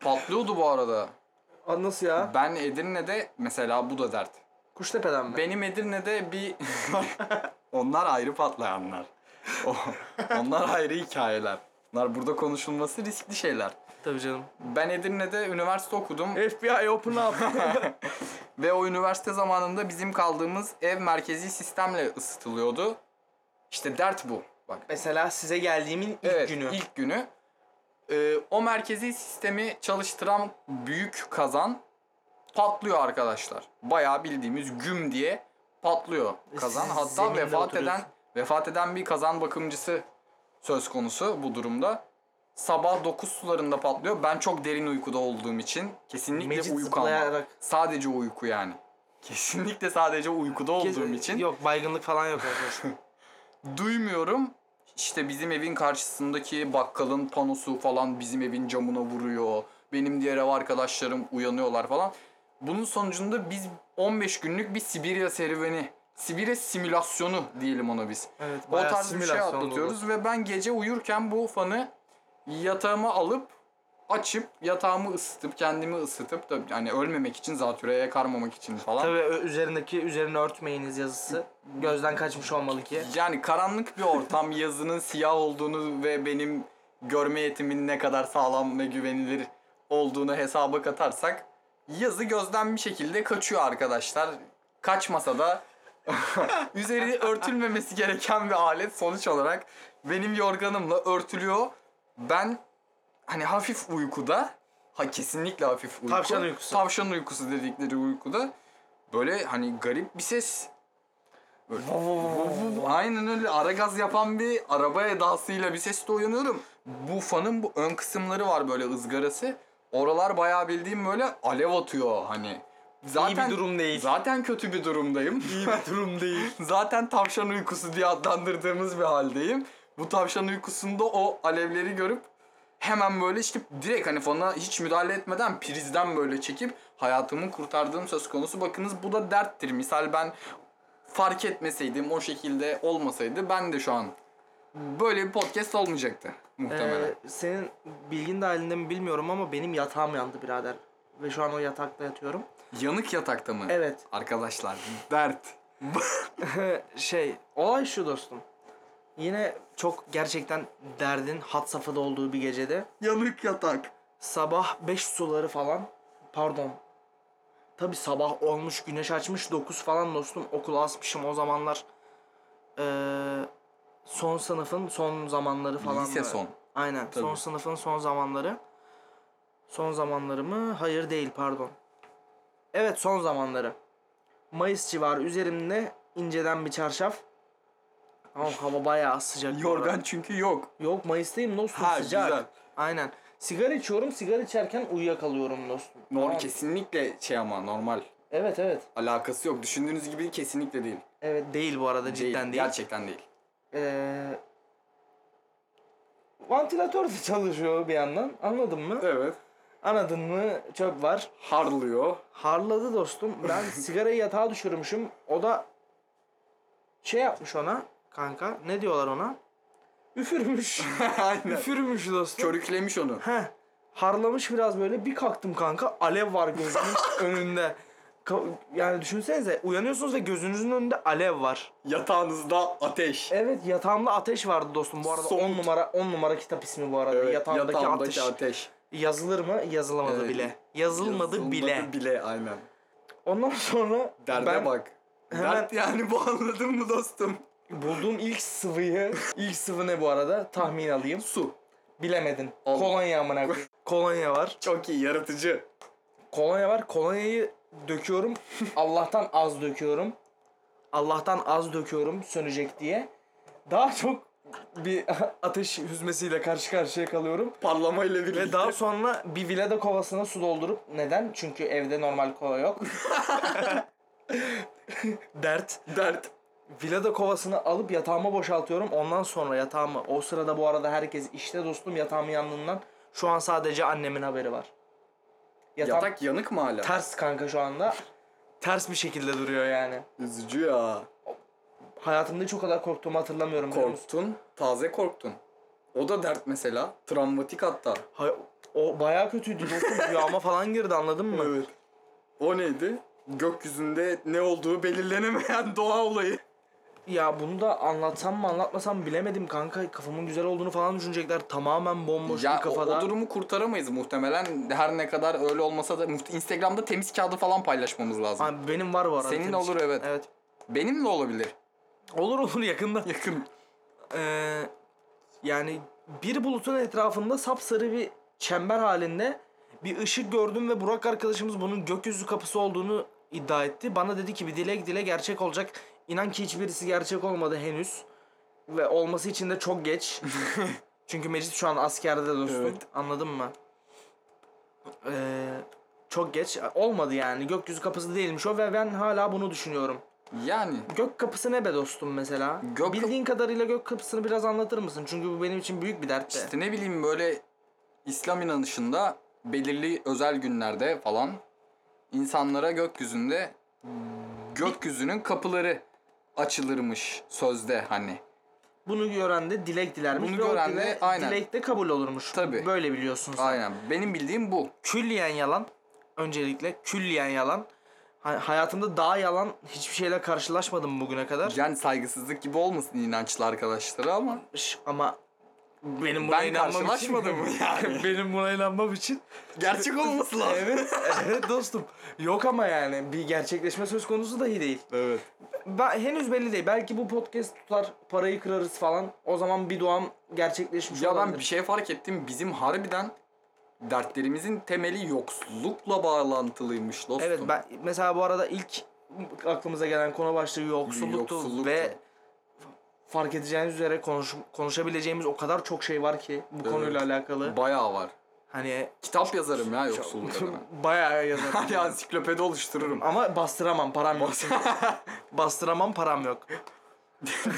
Patlıyordu bu arada.
Nasıl ya?
Ben Edirne'de mesela bu da dert.
Kuştepe'den mi?
Benim Edirne'de bir... Onlar ayrı patlayanlar. O- Onlar ayrı hikayeler. Onlar burada konuşulması riskli şeyler.
Tabii canım.
Ben Edirne'de üniversite okudum
FBI open up.
ve o üniversite zamanında bizim kaldığımız ev merkezi sistemle ısıtılıyordu. İşte dert bu. Bak.
Mesela size geldiğimin ilk
evet,
günü.
ilk günü. Ee, o merkezi sistemi çalıştıran büyük kazan patlıyor arkadaşlar. Bayağı bildiğimiz güm diye patlıyor kazan.
siz
Hatta
zeminde
vefat eden
oturuyorsun.
vefat eden bir kazan bakımcısı söz konusu bu durumda. Sabah 9 sularında patlıyor. Ben çok derin uykuda olduğum için kesinlikle
Mecit
uyku almam.
zıplayarak.
Sadece uyku yani. Kesinlikle sadece uykuda olduğum
Kez-
için
Yok baygınlık falan yok arkadaşlar.
duymuyorum. İşte bizim evin karşısındaki bakkalın panosu falan bizim evin camına vuruyor. Benim diğer ev arkadaşlarım uyanıyorlar falan. Bunun sonucunda biz 15 günlük bir Sibirya serüveni, Sibirya simülasyonu diyelim ona biz.
evet
O
bayağı
tarz bir şey
simülasyon dolu.
atlatıyoruz ve ben gece uyurken bu fanı yatağıma alıp açıp yatağımı ısıtıp kendimi ısıtıp da yani ölmemek için zatürreye karmamak için falan.
Tabii ö- üzerindeki üzerine örtmeyiniz yazısı gözden kaçmış olmalı ki.
Yani karanlık bir ortam yazının siyah olduğunu ve benim görme yetimin ne kadar sağlam ve güvenilir olduğunu hesaba katarsak yazı gözden bir şekilde kaçıyor arkadaşlar. Kaçmasa da üzeri örtülmemesi gereken bir alet sonuç olarak benim yorganımla örtülüyor. Ben hani hafif uykuda ha kesinlikle hafif uyku.
Tavşan uykusu.
Tavşan uykusu dedikleri uykuda böyle hani garip bir ses bu- bu- Aynen öyle ara gaz yapan bir araba edasıyla bir sesle uyanıyorum. Bu fanın bu ön kısımları var böyle ızgarası. Oralar bayağı bildiğim böyle alev atıyor hani. Zaten
İyi bir durum değil.
Zaten kötü bir durumdayım.
İyi bir durum değil.
zaten tavşan uykusu diye adlandırdığımız bir haldeyim. Bu tavşan uykusunda o alevleri görüp hemen böyle işte direkt hani fona hiç müdahale etmeden prizden böyle çekip hayatımı kurtardığım söz konusu. Bakınız bu da derttir. Misal ben fark etmeseydim o şekilde olmasaydı ben de şu an böyle bir podcast olmayacaktı muhtemelen.
Ee, senin bilgin dahilinde mi bilmiyorum ama benim yatağım yandı birader. Ve şu an o yatakta yatıyorum.
Yanık yatakta mı?
Evet.
Arkadaşlar dert.
şey, olay şu dostum. Yine çok gerçekten derdin hat safhada olduğu bir gecede.
Yanık yatak.
Sabah 5 suları falan. Pardon. Tabi sabah olmuş, güneş açmış 9 falan dostum. Okula asmışım o zamanlar. Ee, son sınıfın son zamanları falan.
Lise
da-
son.
Aynen.
Tabii.
Son sınıfın son zamanları. Son zamanları mı? Hayır değil pardon. Evet son zamanları. Mayıs civarı üzerimde inceden bir çarşaf. Ama hava bayağı sıcak. bu arada.
Yorgan çünkü yok.
Yok Mayıs'tayım dostum
Ha,
sıcak.
güzel.
Aynen. Sigara içiyorum sigara içerken uyuyakalıyorum dostum.
Normal
Tamam.
kesinlikle şey ama normal.
Evet evet.
Alakası yok. Düşündüğünüz gibi kesinlikle değil.
Evet değil bu arada cidden değil.
Gerçekten değil.
Ee, vantilatör de çalışıyor bir yandan. Anladın mı?
Evet.
Anladın mı? Çöp var.
Harlıyor.
Harladı dostum. Ben sigarayı yatağa düşürmüşüm. O da şey yapmış ona kanka. Ne diyorlar ona? Üfürmüş.
Aynen.
Üfürmüş dostum.
Körüklemiş onu.
Heh. Harlamış biraz böyle. Bir kalktım kanka. Alev var gözümün önünde. Ka- Yani düşünsenize uyanıyorsunuz ve gözünüzün önünde alev var.
Yatağınızda ateş.
Evet yatağımda ateş vardı dostum bu arada.
Somut.
10 numara 10 numara kitap ismi bu arada. yatağımdaki, ateş. Yazılır mı? Yazılamadı
Evet.
bile. Yazılmadı, bile.
bile aynen.
Ondan sonra
Derde
ben-
bak.
hemen-
Dert yani bu anladın mı dostum?
Bulduğum ilk sıvıyı, ilk sıvı ne bu arada? Tahmin alayım.
Su.
Bilemedin.
Allah.
Kolonya amına koyayım. Kolonya var.
Çok iyi yaratıcı.
Kolonya var. Kolonyayı döküyorum. Allah'tan az döküyorum. Allah'tan az döküyorum sönecek diye. Daha çok bir ateş hüzmesiyle karşı karşıya kalıyorum.
Parlamayla birlikte.
Ve daha sonra bir vileda kovasına su doldurup neden? Çünkü evde normal kova yok. Dert.
dert.
Vilada kovasını alıp yatağıma boşaltıyorum. Ondan sonra yatağımı. O sırada bu arada herkes işte dostum yatağımın yandığından. Şu an sadece annemin haberi var. Yatağım
Yatak yanık mı hala?
ters kanka şu anda. Ters bir şekilde duruyor yani.
Üzücü ya.
Hayatımda hiç o kadar korktuğumu hatırlamıyorum. biliyor musun?
Korktun. Taze korktun. O da dert mesela. Travmatik hatta.
Hay- o bayağı kötüydü dostum. Rüyama falan girdi anladın mı?
Evet. O neydi? Gökyüzünde ne olduğu belirlenemeyen doğa olayı.
Ya bunu da anlatsam mı anlatmasam mı bilemedim kanka. Kafamın güzel olduğunu falan düşünecekler. Tamamen bomboş
Ya
bir
o,
kafada.
o durumu kurtaramayız muhtemelen. Her ne kadar öyle olmasa da muht- Instagram'da temiz kağıdı falan paylaşmamız lazım.
Abi benim var bu arada.
Senin
temiz-
olur, evet.
Evet.
Benim de olabilir.
Olur olur yakında.
Yakın.
Ee, yani bir bulutun etrafında sapsarı bir çember halinde bir ışık gördüm ve Burak arkadaşımız bunun gökyüzü kapısı olduğunu iddia etti. Bana dedi ki bir dilek dile gerçek olacak. İnan ki hiçbirisi gerçek olmadı henüz. Ve olması için de çok geç. Çünkü Mecit şu an askerde dostum.
Evet.
Anladın mı? Ee, çok geç. Olmadı yani. Gökyüzü kapısı değilmiş o ve ben hala bunu düşünüyorum.
Yani
Gök kapısı ne be dostum mesela?
Gök
Bildiğin kadarıyla gök kapısını biraz anlatır mısın? Çünkü bu benim için büyük bir dert de.
işte ne bileyim böyle İslam inanışında belirli özel günlerde falan insanlara gökyüzünde gökyüzünün kapıları açılırmış sözde hani.
Bunu gören de dilek dilermiş.
Bunu
ve o
gören
dile-
de aynen.
Dilek de kabul olurmuş.
Tabii.
Böyle biliyorsun sen.
Aynen. Benim bildiğim bu.
Külliyen yalan. Öncelikle külliyen yalan. Ha- hayatımda daha yalan hiçbir şeyle karşılaşmadım bugüne kadar.
Yani saygısızlık gibi olmasın inançlı arkadaşlara ama
Şş, Ama benim buna
ben
inanmam için.
karşılaşmadım yani.
benim buna inanmam için
Gerçek olması lazım.
evet, evet dostum. Yok ama yani bir gerçekleşme söz konusu dahi değil.
Evet.
Ben, henüz belli değil. Belki bu podcast tutar, parayı kırarız falan. O zaman bir duam gerçekleşmiş
Ya ben
olabilir.
bir şey fark ettim. Bizim harbiden dertlerimizin temeli yoksullukla bağlantılıymış dostum.
Evet ben mesela bu arada ilk aklımıza gelen konu başlığı yoksulluktu,
Yoksulluktu.
ve fark edeceğiniz üzere konuş, konuşabileceğimiz o kadar çok şey var ki bu
Evet.
konuyla alakalı.
Bayağı var.
hani
Kitap yazarım ya yoksulluk adına.
bayağı yazarım.
Hani ansiklopedi oluştururum.
Ama bastıramam param yok. bastıramam param yok.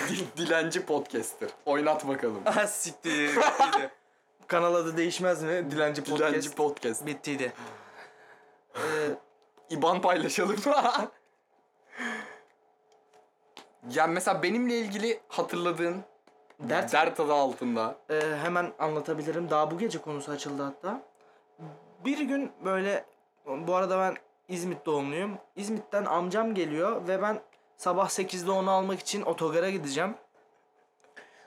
Dil- Dilenci podcast'tir. Oynat bakalım.
Ha siktir. Kanal adı değişmez mi? Dilenci Podcast.
Dilenci Podcast.
Bittiydi. Ee,
İban paylaşalım. ya mesela benimle ilgili hatırladığın
dert,
dert adı altında.
Ee, hemen anlatabilirim. Daha bu gece konusu açıldı hatta. Bir gün böyle bu arada ben İzmit doğumluyum. İzmit'ten amcam geliyor ve ben sabah 8'de onu almak için otogara gideceğim.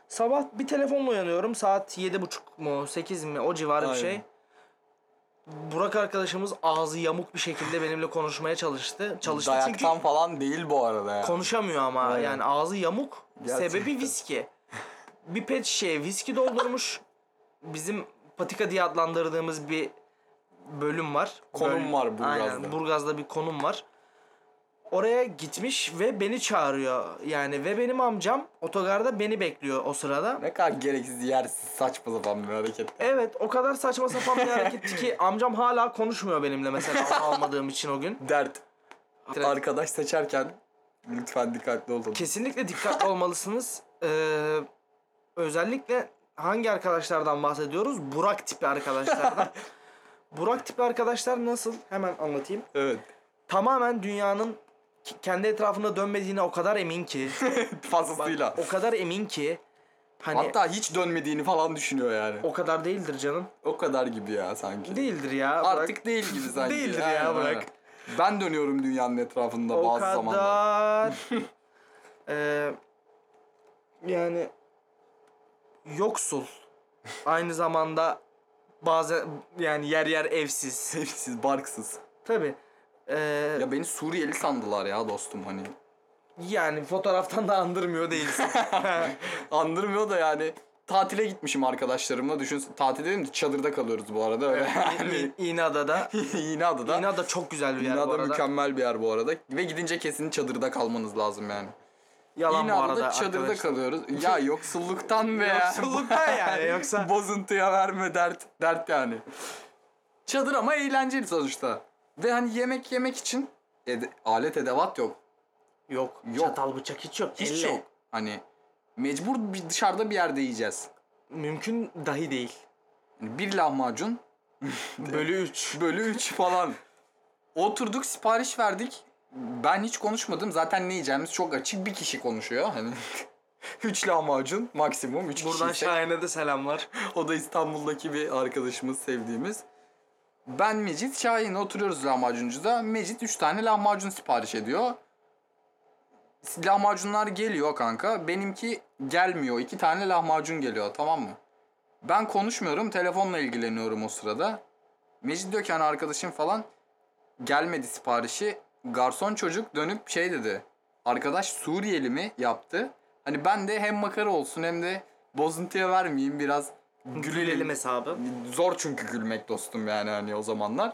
Sabah bir telefonla uyanıyorum. Saat 7.30 mu 8 mi o civarı bir
Aynen.
şey. Burak arkadaşımız ağzı yamuk bir şekilde benimle konuşmaya çalıştı. Çalıştı çünkü
Dayaktan falan değil bu arada ya.
Konuşamıyor ama
Aynen.
yani ağzı yamuk.
Gerçekten.
Sebebi viski. Bir pet şişeye viski doldurmuş. Bizim patika diye adlandırdığımız bir bölüm var.
Konum
Bölüm-
var Burgaz'da.
Aynen Burgaz'da bir konum var. Oraya gitmiş ve beni çağırıyor. Yani ve benim amcam otogarda beni bekliyor o sırada.
Ne kadar gereksiz yersiz saçma sapan bir hareket.
Evet o kadar saçma sapan bir hareketti ki amcam hala konuşmuyor benimle mesela onu almadığım için o gün.
Dert. Arkadaş seçerken lütfen dikkatli olun.
Kesinlikle dikkatli olmalısınız. Ee, özellikle hangi arkadaşlardan bahsediyoruz? Burak tipi arkadaşlardan. Burak tipi arkadaşlar nasıl? Hemen anlatayım.
Evet.
Tamamen dünyanın ki- kendi etrafında dönmediğine o kadar emin ki.
Fazlasıyla.
o kadar emin ki. Hani
Hatta hiç dönmediğini falan düşünüyor yani. O,
o kadar değildir canım.
kadar gibi ya sanki.
Değildir ya. Burak.
Artık değil gibi sanki.
Değildir ya, bırak.
Ben dönüyorum dünyanın etrafında
o
bazı zamanlar.
kadar. Ee, yani yoksul. Aynı zamanda bazen yani yer yer evsiz. Ee,
Sevsiz, barksız.
Tabi.
Ya beni Suriyeli sandılar ya dostum hani.
yani fotoğraftan da andırmıyor değilsin.
Andırmıyor da yani tatile gitmişim arkadaşlarımla. Düşün tatil dedim de çadırda kalıyoruz bu arada. Öyle yani.
İ- İğneada'da.
İğneada'da.
İğneada çok güzel bir yer bu
İğneada
arada.
mükemmel bir yer bu arada. Ve gidince kesin çadırda kalmanız lazım yani.
Yalan bu
İğneada'da
arada
çadırda
arkadaşlar.
kalıyoruz. Ya yoksulluktan veya
Yoksulluktan yani, yoksa-
bozuntuya verme dert dert yani. Çadır ama eğlenceli sonuçta. Ve hani yemek yemek için ede- alet edevat yok.
Yok.
Yok.
Çatal bıçak hiç yok.
Hiç
Elle.
yok. Hani mecbur bir dışarıda bir yerde yiyeceğiz.
Mümkün dahi değil.
Yani bir lahmacun
Bölü 3.
bölü 3 falan. Oturduk sipariş verdik. Ben hiç konuşmadım. Zaten ne yiyeceğimiz çok açık. Bir kişi konuşuyor. Hani 3 lahmacun maksimum 3
Buradan
kişiysek.
Şahin'e de selamlar.
O da İstanbul'daki bir arkadaşımız, sevdiğimiz. Ben Mecit, Şahin oturuyoruz lahmacuncuda. Mecit 3 tane lahmacun sipariş ediyor. Lahmacunlar geliyor kanka. Benimki gelmiyor. 2 tane lahmacun geliyor tamam mı? Ben konuşmuyorum. Telefonla ilgileniyorum o sırada. Mecit diyor ki hani arkadaşım falan gelmedi siparişi. Garson çocuk dönüp şey dedi. Arkadaş Suriyeli mi yaptı? Hani ben de hem makara olsun hem de bozuntuya vermeyeyim biraz
Gülelim
gülelim.
hesabı.
Zor çünkü gülmek dostum yani hani o zamanlar.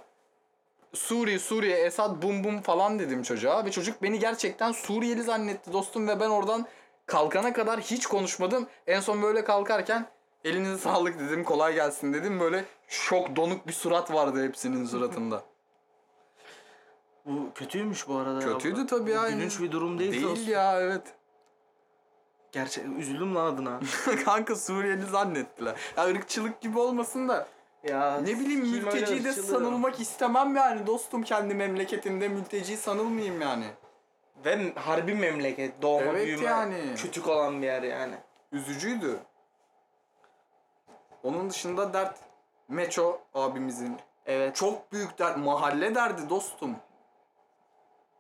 Suriye, Suriye, Esad, bum bum falan dedim çocuğa. Ve çocuk beni gerçekten Suriyeli zannetti dostum ve ben oradan kalkana kadar hiç konuşmadım. En son böyle kalkarken elinize sağlık dedim, kolay gelsin dedim. Böyle şok, donuk bir surat vardı hepsinin suratında.
Bu kötüymüş bu arada. ya.
Kötüydü
Bu-
tabii
bu
ya.
Gülünç bir durum değil.
Değil
Değil
ya evet.
Gerçek üzüldüm lan adına.
Kanka Suriyeli zannettiler. Ya ırkçılık gibi olmasın da
ya
Ne bileyim
kim öyle
mülteci de
ırkçılığı?
sanılmak istemem yani dostum kendi memleketimde mülteci sanılmayayım yani.
Ve harbi memleket. Doğma
Evet
büyüme.
yani.
Kütük olan bir yer yani.
Üzücüydü. Onun dışında dert Meço abimizin.
Evet.
Çok büyük dert mahalle derdi dostum.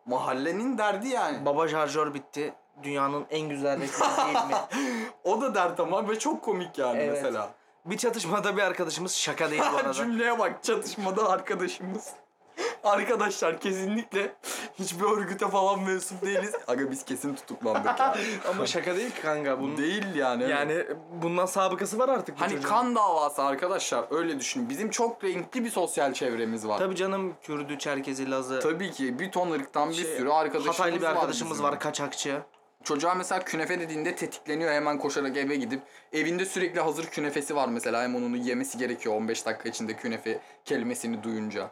Mahallenin derdi yani.
Baba şarjör bitti. Dünyanın en güzel reklamı değil mi?
O da dert ama ve çok komik yani
Evet.
mesela.
Bir çatışmada bir arkadaşımız şaka değil bu arada.
Cümleye bak çatışmada arkadaşımız. Arkadaşlar kesinlikle hiçbir örgüte falan mensup değiliz. Aga biz kesin tutuklandık ya.
Ama şaka değil ki kanka. Bunun,
Değil yani. evet.
yani bundan sabıkası var artık bu
Hani
çocuğun.
kan davası arkadaşlar öyle düşünün. Bizim çok renkli bir sosyal çevremiz var. Tabii,
Tabii canım Kürdü, Çerkezi, Lazı.
ki bir ton ırktan bir
Şey,
sürü arkadaşımız
Hataylı bir
var
arkadaşımız
bizim.
var kaçakçı.
Çocuğa mesela künefe dediğinde tetikleniyor hemen koşarak eve gidip. Evinde sürekli hazır künefesi var mesela. Hem onun yemesi gerekiyor 15 dakika içinde künefe kelimesini duyunca.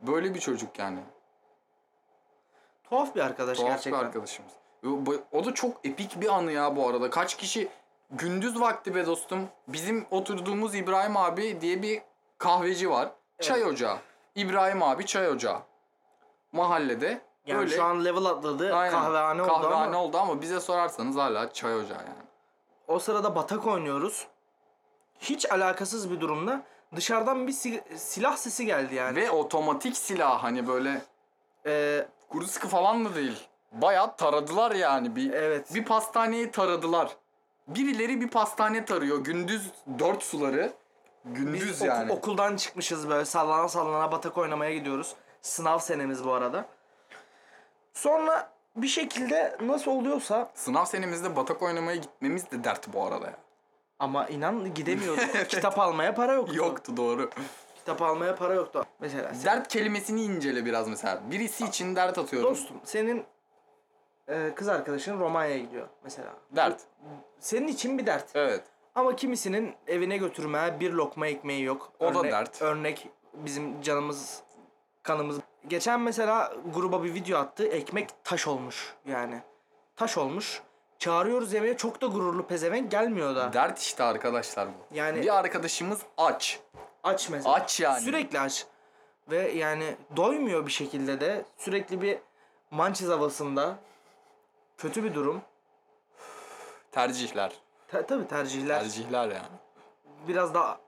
Böyle bir çocuk yani.
Tuhaf bir arkadaş
Tuhaf
gerçekten.
bir arkadaşımız. O- bu- O da çok epik bir anı ya bu arada. Kaç kişi gündüz vakti be dostum bizim oturduğumuz İbrahim abi diye bir kahveci var. Çay ocağı. İbrahim abi çay ocağı. Mahallede.
Yani
Öyle.
şu an level atladı.
Aynen.
Kahvehane oldu
Kahvehane
ama
oldu ama bize sorarsanız hala çay ocağı yani.
o sırada batak oynuyoruz. Hiç alakasız bir durumda dışarıdan bir si- silah sesi geldi yani.
Ve otomatik silah hani böyle
Ee,
kuru sıkı falan da değil. Bayağı taradılar yani bir
evet.
bir pastaneyi taradılar. Birileri bir pastane tarıyor gündüz dört suları. Gündüz
Biz oku-
yani.
okuldan çıkmışız böyle sallana sallana batak oynamaya gidiyoruz. Sınav senemiz bu arada. Sonra bir şekilde nasıl oluyorsa
Sınav senemizde batak oynamaya gitmemiz de dert bu arada ya.
ama inan gidemiyoruz. Kitap almaya para yoktu.
Yoktu doğru.
Kitap almaya para yoktu. Mesela sen-
dert kelimesini incele biraz mesela. Birisi için dert atıyorum.
dostum senin e, kız arkadaşın Romanya'ya gidiyor mesela.
Dert.
Senin için bir dert.
Evet.
Ama kimisinin evine götürmeye bir lokma ekmeği yok.
O da
Örne-
dert.
Örnek bizim canımız kanımız. Geçen mesela gruba bir video attı. Ekmek taş olmuş yani. Taş olmuş. Çağırıyoruz yemeğe çok da gururlu pezevenk gelmiyor da.
Dert işte arkadaşlar bu.
Yani-
bir arkadaşımız aç.
Aç mesela.
Aç yani.
Sürekli aç. Ve yani doymuyor bir şekilde de. Sürekli bir mançiz havasında. Kötü bir durum.
Tercihler.
Ta- tabii tercihler
Tercihler yani.
biraz daha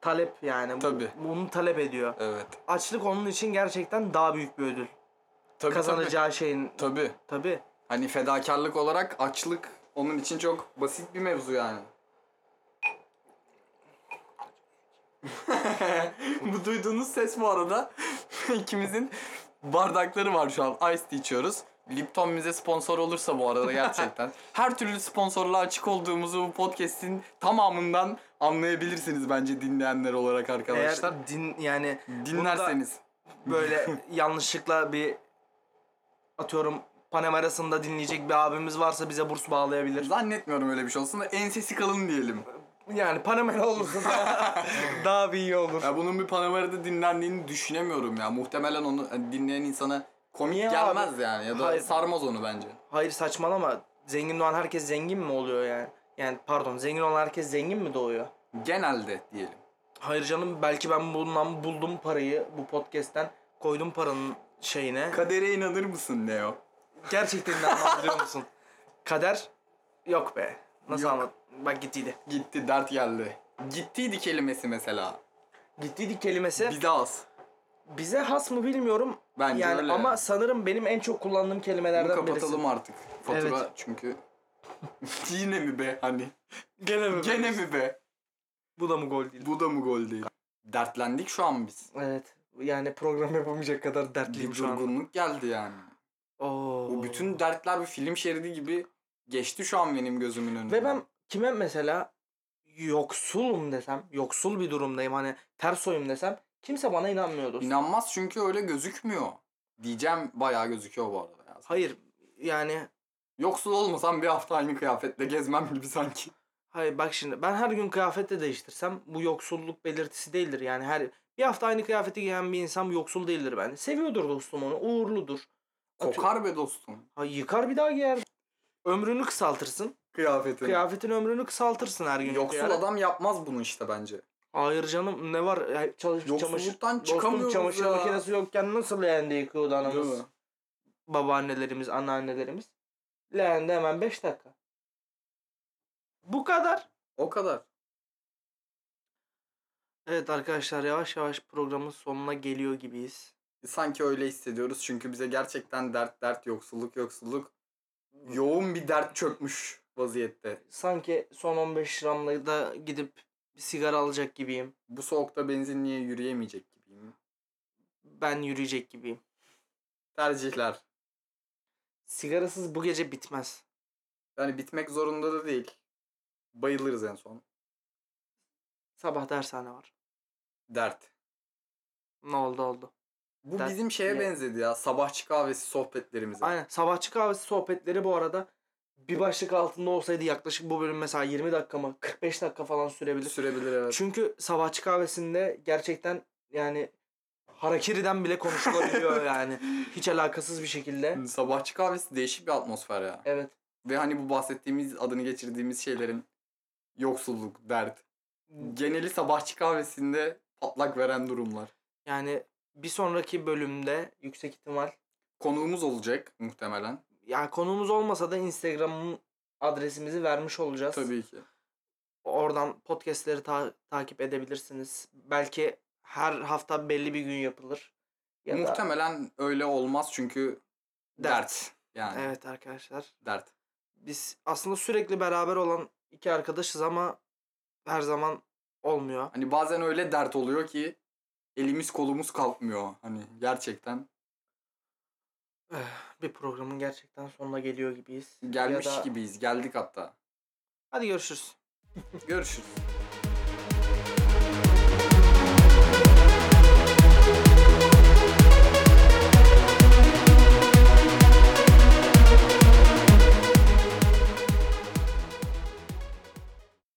talep yani. Bu-
Tabii.
Bunu talep ediyor.
Evet.
Açlık onun için gerçekten daha büyük bir ödül.
Tabii,
Kazanacağı şeyin
Tabii. tabii.
tabii.
Hani fedakarlık olarak açlık onun için çok basit bir mevzu yani. bu duyduğunuz ses bu arada ikimizin bardakları var şu an. Ice tea içiyoruz. Lipton bize sponsor olursa bu arada gerçekten. Her türlü sponsorluğa açık olduğumuzu bu podcast'in tamamından anlayabilirsiniz bence dinleyenler olarak arkadaşlar.
Eğer din yani
Dinlerseniz.
böyle yanlışlıkla bir atıyorum Panemera'sında dinleyecek bir abimiz varsa bize burs bağlayabilir.
Zannetmiyorum öyle bir şey olsun da ensesi kalın diyelim.
Yani Panamera olursa daha, daha bir iyi olur.
Ya bunun bir Panamera'da dinlendiğini düşünemiyorum ya. Muhtemelen onu hani dinleyen insana komik
Niye
gelmez yani ya da
Hayır.
sarmaz onu bence.
Hayır saçmalama. Zengin olan herkes zengin mi oluyor yani? Yani pardon zengin olan herkes zengin mi doğuyor?
Genelde diyelim.
Hayır canım belki ben bundan buldum parayı bu podcast'ten koydum paranın şeyine.
Kadere inanır mısın Neo?
Gerçekten inanmam biliyor musun? Kader yok be. Nasıl
Yok.
anlat? Bak gittiydi.
Gitti dert geldi. Gittiydi kelimesi mesela.
Gittiydi kelimesi
Bize az.
bize has mı bilmiyorum.
Bence
yani
öyle.
ama sanırım benim en çok kullandığım
Bunu
kelimelerden birisi.
kapatalım artık. Fatura
Evet.
çünkü. Yine mi be hani?
Gene mi?
Gene mi be?
Bu da mı gol değil?
Bu da mı gol değil? Dertlendik şu an biz.
Evet. Yani program yapamayacak kadar dertliyim
Bir
şu an.
durgunluk geldi yani.
Oo.
O bütün dertler bir film şeridi gibi geçti şu an benim gözümün önünde.
Ve ben kime mesela yoksulum desem, yoksul bir durumdayım hani ters soyum desem kimse bana inanmıyordu.
İnanmaz çünkü öyle gözükmüyor. Diyeceğim bayağı gözüküyor bu arada. Ya.
Hayır yani
Yoksul olmasam bir hafta aynı kıyafetle gezmem gibi sanki.
Hayır bak şimdi ben her gün kıyafetle değiştirsem bu yoksulluk belirtisi değildir. Yani her bir hafta aynı kıyafeti giyen bir insan yoksul değildir bence. Seviyordur dostum onu, uğurludur.
Kokar be dostum.
Ha, yıkar bir daha giyer. Ömrünü kısaltırsın.
Kıyafetini.
Kıyafetin ömrünü kısaltırsın her gün.
Yoksul
Yani-
adam yapmaz bunu işte bence.
Hayır canım ne var? Ya, Çalış, çamaşır,
Yoksulluktan
dostum
çıkamıyoruz
çamaşır
ya.
makinesi yokken nasıl leğende yıkıyordu
Değil
anamız?
mi?
babaannelerimiz, anneannelerimiz. Leğende hemen 5 dakika. Bu kadar.
O kadar.
Evet arkadaşlar yavaş yavaş programın sonuna geliyor gibiyiz.
Sanki öyle hissediyoruz çünkü bize gerçekten dert dert yoksulluk yoksulluk yoğun bir dert çökmüş vaziyette.
Sanki son 15 liramla da gidip bir sigara alacak gibiyim.
Bu soğukta benzinliğe yürüyemeyecek gibiyim.
Ben yürüyecek gibiyim.
Tercihler.
Sigarasız bu gece bitmez.
Yani bitmek zorunda da değil. Bayılırız en son.
Sabah dershane var.
Dert.
Ne oldu oldu.
Bu
Dert
bizim şeye
ne?
benzedi ya. Sabahçı kahvesi sohbetlerimize.
Aynen sabahçı kahvesi sohbetleri bu arada bir başlık altında olsaydı yaklaşık bu bölüm mesela 20 dakika mı 45 dakika falan sürebilir.
Sürebilir evet.
Çünkü sabahçı kahvesinde gerçekten yani harakiriden bile konuşulabiliyor yani. Hiç alakasız bir şekilde.
Sabahçı kahvesi değişik bir atmosfer ya.
Evet.
Ve hani bu bahsettiğimiz adını geçirdiğimiz şeylerin yoksulluk, dert. Geneli sabahçı kahvesinde patlak veren durumlar.
Yani bir sonraki bölümde yüksek ihtimal
Konuğumuz olacak muhtemelen.
yani konuğumuz olmasa da Instagram adresimizi vermiş olacağız.
Tabii ki.
Oradan podcastleri ta- takip edebilirsiniz. Belki her hafta belli bir gün yapılır. Ya da
muhtemelen öyle olmaz çünkü dert. Yani
Evet arkadaşlar.
dert.
Biz aslında sürekli beraber olan iki arkadaşız ama her zaman olmuyor.
Hani bazen öyle dert oluyor ki elimiz kolumuz kalkmıyor. Hani gerçekten
Bir programın gerçekten sonuna geliyor gibiyiz. Ya
gelmiş
da-
gibiyiz. Geldik hatta.
Hadi görüşürüz.
Görüşürüz.